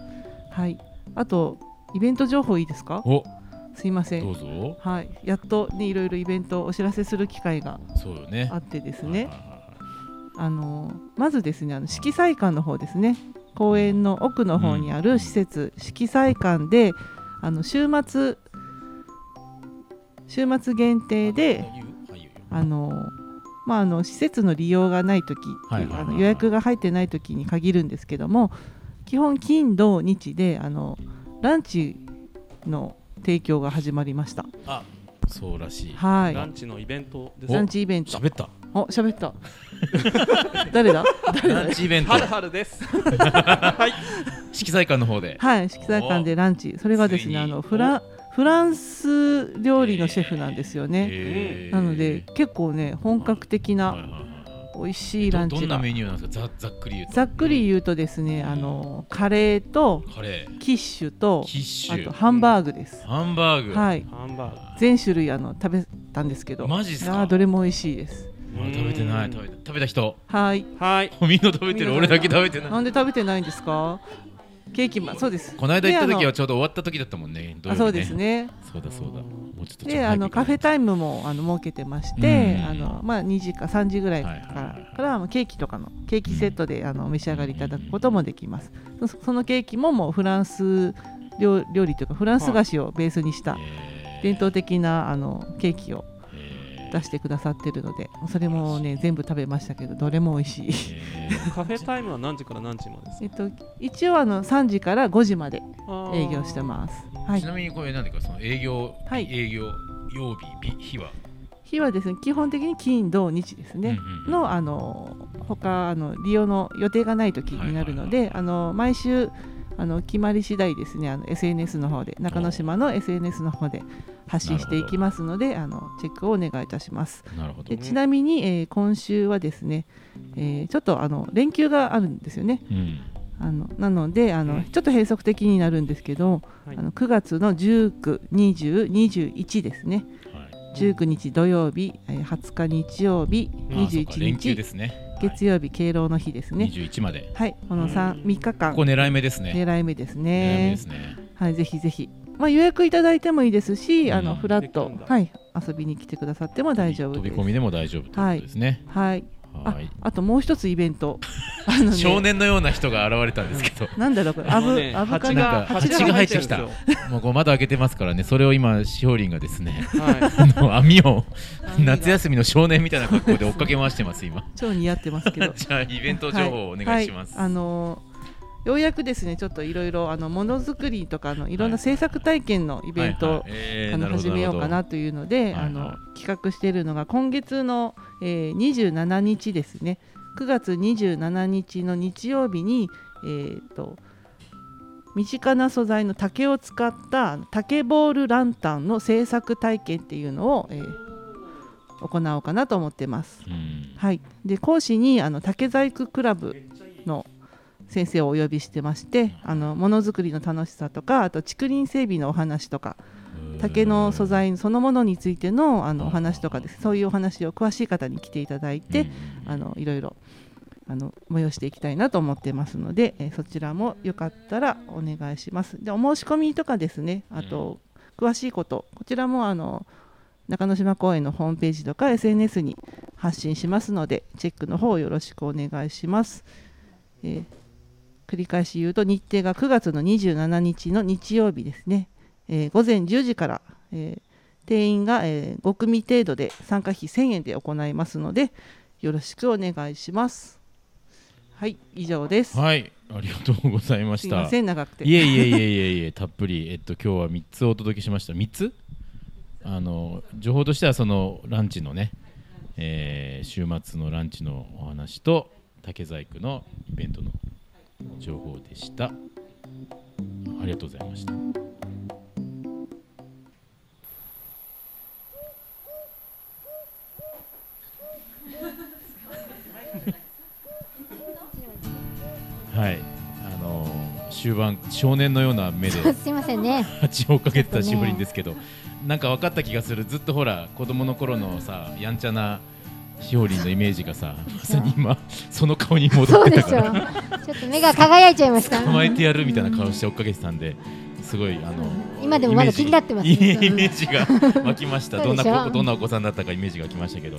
[SPEAKER 5] はい、あとイベント情報いいですか？
[SPEAKER 2] お
[SPEAKER 5] すいませ
[SPEAKER 2] ど
[SPEAKER 5] ん。
[SPEAKER 2] うぞ
[SPEAKER 5] はい、やっとねいろいろイベントをお知らせする機会が
[SPEAKER 2] そうよね
[SPEAKER 5] あってです
[SPEAKER 2] は
[SPEAKER 5] ね
[SPEAKER 2] い、はいはい
[SPEAKER 5] あのまずですねあの色彩館の方ですね公園の奥の方にある施設、色彩館であの週末週末限定
[SPEAKER 2] はいは
[SPEAKER 5] で
[SPEAKER 2] いはい
[SPEAKER 5] あのまああの施設の利用がない時って
[SPEAKER 2] はいいうはいはい
[SPEAKER 5] あの予約が入ってない時に限るんですけども基本金土日であのランチの提供が始まりました
[SPEAKER 2] あそうらしい
[SPEAKER 5] は
[SPEAKER 7] ラ
[SPEAKER 5] い
[SPEAKER 7] ンチのイベントです
[SPEAKER 5] ランチイベント
[SPEAKER 2] 喋った
[SPEAKER 5] お喋った 誰だ
[SPEAKER 2] ランチイベント
[SPEAKER 7] はるはるです
[SPEAKER 2] 色彩館の方で
[SPEAKER 5] はい、色彩館でランチ、それがです
[SPEAKER 2] ついに
[SPEAKER 5] ね、あ
[SPEAKER 2] お
[SPEAKER 5] のフランフランス料理のシェフなんですよね。
[SPEAKER 2] へー
[SPEAKER 5] なので結構ね本格的
[SPEAKER 2] はい
[SPEAKER 5] な
[SPEAKER 2] はいはい
[SPEAKER 5] 美味しいラン
[SPEAKER 2] どど
[SPEAKER 5] チ
[SPEAKER 2] んな
[SPEAKER 5] が。
[SPEAKER 2] メニューなんですかざざっくり言うと
[SPEAKER 5] ざっくり言うとですね、あのカレーと
[SPEAKER 2] カレー
[SPEAKER 5] キッシュと
[SPEAKER 2] キッシ
[SPEAKER 5] あと
[SPEAKER 2] ュ
[SPEAKER 5] ハンバーグです。
[SPEAKER 2] ハンバーグ
[SPEAKER 5] はい、
[SPEAKER 7] ハンバー
[SPEAKER 5] 全種類あの食べたんですけど、
[SPEAKER 2] マジっすか
[SPEAKER 5] あーどれも美味しいです。
[SPEAKER 7] グ
[SPEAKER 2] まだ食べてない食べて食べた人
[SPEAKER 5] はい、
[SPEAKER 7] はい
[SPEAKER 2] みんな食べてる俺だけ食べてな
[SPEAKER 5] ないんで食べてないんですか？ケーキまそうです。
[SPEAKER 2] この間行った時は
[SPEAKER 5] で
[SPEAKER 2] ちょうど終わった時だったもんね
[SPEAKER 5] あのあそうですね。
[SPEAKER 2] そうだそうだ。もうちょっと
[SPEAKER 5] であのカフェ
[SPEAKER 2] イ
[SPEAKER 5] タイムもあの設けてまして、
[SPEAKER 2] うん
[SPEAKER 5] あのまあ、2時か3時ぐらいから,、
[SPEAKER 2] はいはいはいはい
[SPEAKER 5] からまあケーキとかのケーキセットであのお召し上がりいただくこともできます、そそのケーキももうフランス料料理というかフランス菓子をベースにした伝統的なあのケーキを出してくださってるのでそれもね全部食べましたけどどれも美味しい
[SPEAKER 7] カフェタイムは何時から何時までで す
[SPEAKER 5] えっと一応あの3時から5時まで
[SPEAKER 7] か
[SPEAKER 5] 営業してます
[SPEAKER 7] あー
[SPEAKER 5] はい
[SPEAKER 2] ちなみにこれ何かその営業
[SPEAKER 5] はい
[SPEAKER 2] 営業曜日日日は
[SPEAKER 5] 日はですね基本的に金土日ですね、
[SPEAKER 2] うんうんうん
[SPEAKER 5] のあの他あの利用の予定がない時になるので、
[SPEAKER 2] はいは
[SPEAKER 5] あの毎週あの決まり次第ですねあの SNS の方で中之島の SNS の方で発信していきますのであのチェックをお願いいたします
[SPEAKER 2] なるほど
[SPEAKER 5] で。ちなみに、えー今週はですね、えーちょっとあの連休があるんですよね
[SPEAKER 2] うん
[SPEAKER 5] あのなのであの、ちょっと閉塞的になるんですけど、
[SPEAKER 7] はい
[SPEAKER 5] あの9月の192021ですね
[SPEAKER 2] はい
[SPEAKER 5] 19日土曜日、えー20日日曜日
[SPEAKER 2] あーそうか
[SPEAKER 5] 21
[SPEAKER 2] 連休で
[SPEAKER 5] 日
[SPEAKER 2] すね。
[SPEAKER 5] 月曜日敬老の日です
[SPEAKER 2] 二
[SPEAKER 5] ね
[SPEAKER 2] 十一まで。
[SPEAKER 5] はいこの 3, 3日間
[SPEAKER 2] ここ狙い目ですね。
[SPEAKER 5] 狙い目です
[SPEAKER 2] 狙い目
[SPEAKER 5] ね
[SPEAKER 2] ですね。
[SPEAKER 5] はいぜひぜひまあ予約いただいてもいいですし、
[SPEAKER 2] うん
[SPEAKER 5] あのフラッ
[SPEAKER 7] で
[SPEAKER 5] ト
[SPEAKER 7] きるんだ
[SPEAKER 5] はい遊びに来てくださっても大丈夫
[SPEAKER 2] 飛
[SPEAKER 5] で
[SPEAKER 2] び
[SPEAKER 5] す
[SPEAKER 2] 込みでも大丈夫ということですね。
[SPEAKER 5] はいあ
[SPEAKER 2] はい。
[SPEAKER 5] あともう一つイベ ントあのね
[SPEAKER 2] 少年のような人が現れたんですけど、
[SPEAKER 5] なんだろうこれ
[SPEAKER 7] あ
[SPEAKER 5] ア
[SPEAKER 7] の
[SPEAKER 5] ブ
[SPEAKER 7] ね
[SPEAKER 5] アブか
[SPEAKER 7] 蜂
[SPEAKER 5] な
[SPEAKER 2] なん
[SPEAKER 7] が
[SPEAKER 2] か
[SPEAKER 7] 蜂が
[SPEAKER 2] 蜂が入ってき
[SPEAKER 7] 入
[SPEAKER 2] た
[SPEAKER 7] っ。
[SPEAKER 2] もうこう窓開けてますからね。それを今しほりんがですね、
[SPEAKER 7] はい
[SPEAKER 2] あの網を
[SPEAKER 5] 網が
[SPEAKER 2] 夏休みの少年みたいな格好で追っかけ回してます 今。
[SPEAKER 5] 超似合ってますけど
[SPEAKER 2] じ ゃあイベント情報をお願いします。
[SPEAKER 5] はいはいあのーようやくですねちょっといろいろあのものづくりとかのいろんな制作体験のイ
[SPEAKER 2] イ
[SPEAKER 5] ベントをあの始めようかな
[SPEAKER 2] と
[SPEAKER 5] というので、
[SPEAKER 2] はいはい
[SPEAKER 5] あの企画しているのが今月の、えー、27日ですね9月27日の日曜日に、えー、と身近な素材の竹を使ったあの竹ボールランタンの制作体験っていうのを、えー行おうかなと思ってます。はい、で講師にあの竹細工クラブの先生をお呼びしてましてあのものづくりの楽しさとかあと竹林整備のお話とか竹の素材そのものについてのあのお話とかですそういうお話を詳しい方に来ていただいて、あのいろいろあの催していきたいなと思ってますので、えーそちらもよかったらお願いします。でお申し込みとかですねあと、詳しいことこちらもあの中之島公園のホームページとか SNS に発信しますのでチェックの方よろしくお願いします。えー繰り返し言うと日程が9月の27日の日曜日ですね、えー午前10時から、えー定員が、え5組程度で参加費1000円で行いますのでよろしくお願いしますはい以上です、
[SPEAKER 2] はいありがとうございまし
[SPEAKER 5] す
[SPEAKER 2] た
[SPEAKER 5] いません長くて
[SPEAKER 2] いえいえいえいえいえたっぷりえっと今日は3つお届けしました3つあの情報としてはそのランチのね、えー週末のランチのお話と竹細工のイベントの情報でしたありがとうございました はいあの終盤少年のような目で
[SPEAKER 1] すいませんね
[SPEAKER 2] 蜂をかけてたしおりんですけど、なんか分かった気がするずっとほら子供の頃のさやんちゃなしおりんのイメージがさまさに今その顔に戻
[SPEAKER 1] そ
[SPEAKER 2] っ
[SPEAKER 1] う
[SPEAKER 2] て
[SPEAKER 1] で
[SPEAKER 2] た
[SPEAKER 1] し
[SPEAKER 2] か
[SPEAKER 1] ょ
[SPEAKER 2] ら
[SPEAKER 1] ちょっと目が輝いちゃいました
[SPEAKER 2] 甘えてやるみたいな顔して追っかけてたんですごいあの
[SPEAKER 1] 今でもまだ気になってますね
[SPEAKER 2] イメージイメージが湧きました
[SPEAKER 1] そ
[SPEAKER 2] ど
[SPEAKER 1] うんで
[SPEAKER 2] な
[SPEAKER 1] しょ
[SPEAKER 2] 子どんなお子さんだったかイメージがきましたけど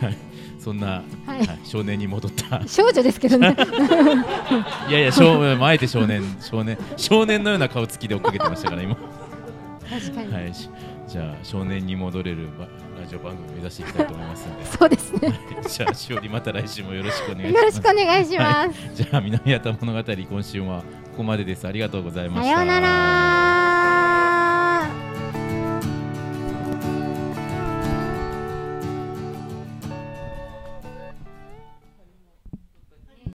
[SPEAKER 2] はいそんな、
[SPEAKER 1] は
[SPEAKER 2] はいい少年に戻った
[SPEAKER 1] 少女ですけどね
[SPEAKER 2] いやいや少あえて少年少年少年のような顔つきで追っかけてましたから今
[SPEAKER 1] 確かに、
[SPEAKER 2] はい、しじゃあ少年に戻れるばラジオ番組目指していきたいと思いますんで
[SPEAKER 1] そうですね
[SPEAKER 2] じゃあしおりまた来週もよろしくお願いし
[SPEAKER 1] よろ
[SPEAKER 2] ます
[SPEAKER 1] しくお願いします、
[SPEAKER 2] じゃあ南畑物語今週はここまでですありがとうございま
[SPEAKER 1] さ
[SPEAKER 2] した
[SPEAKER 1] ようなら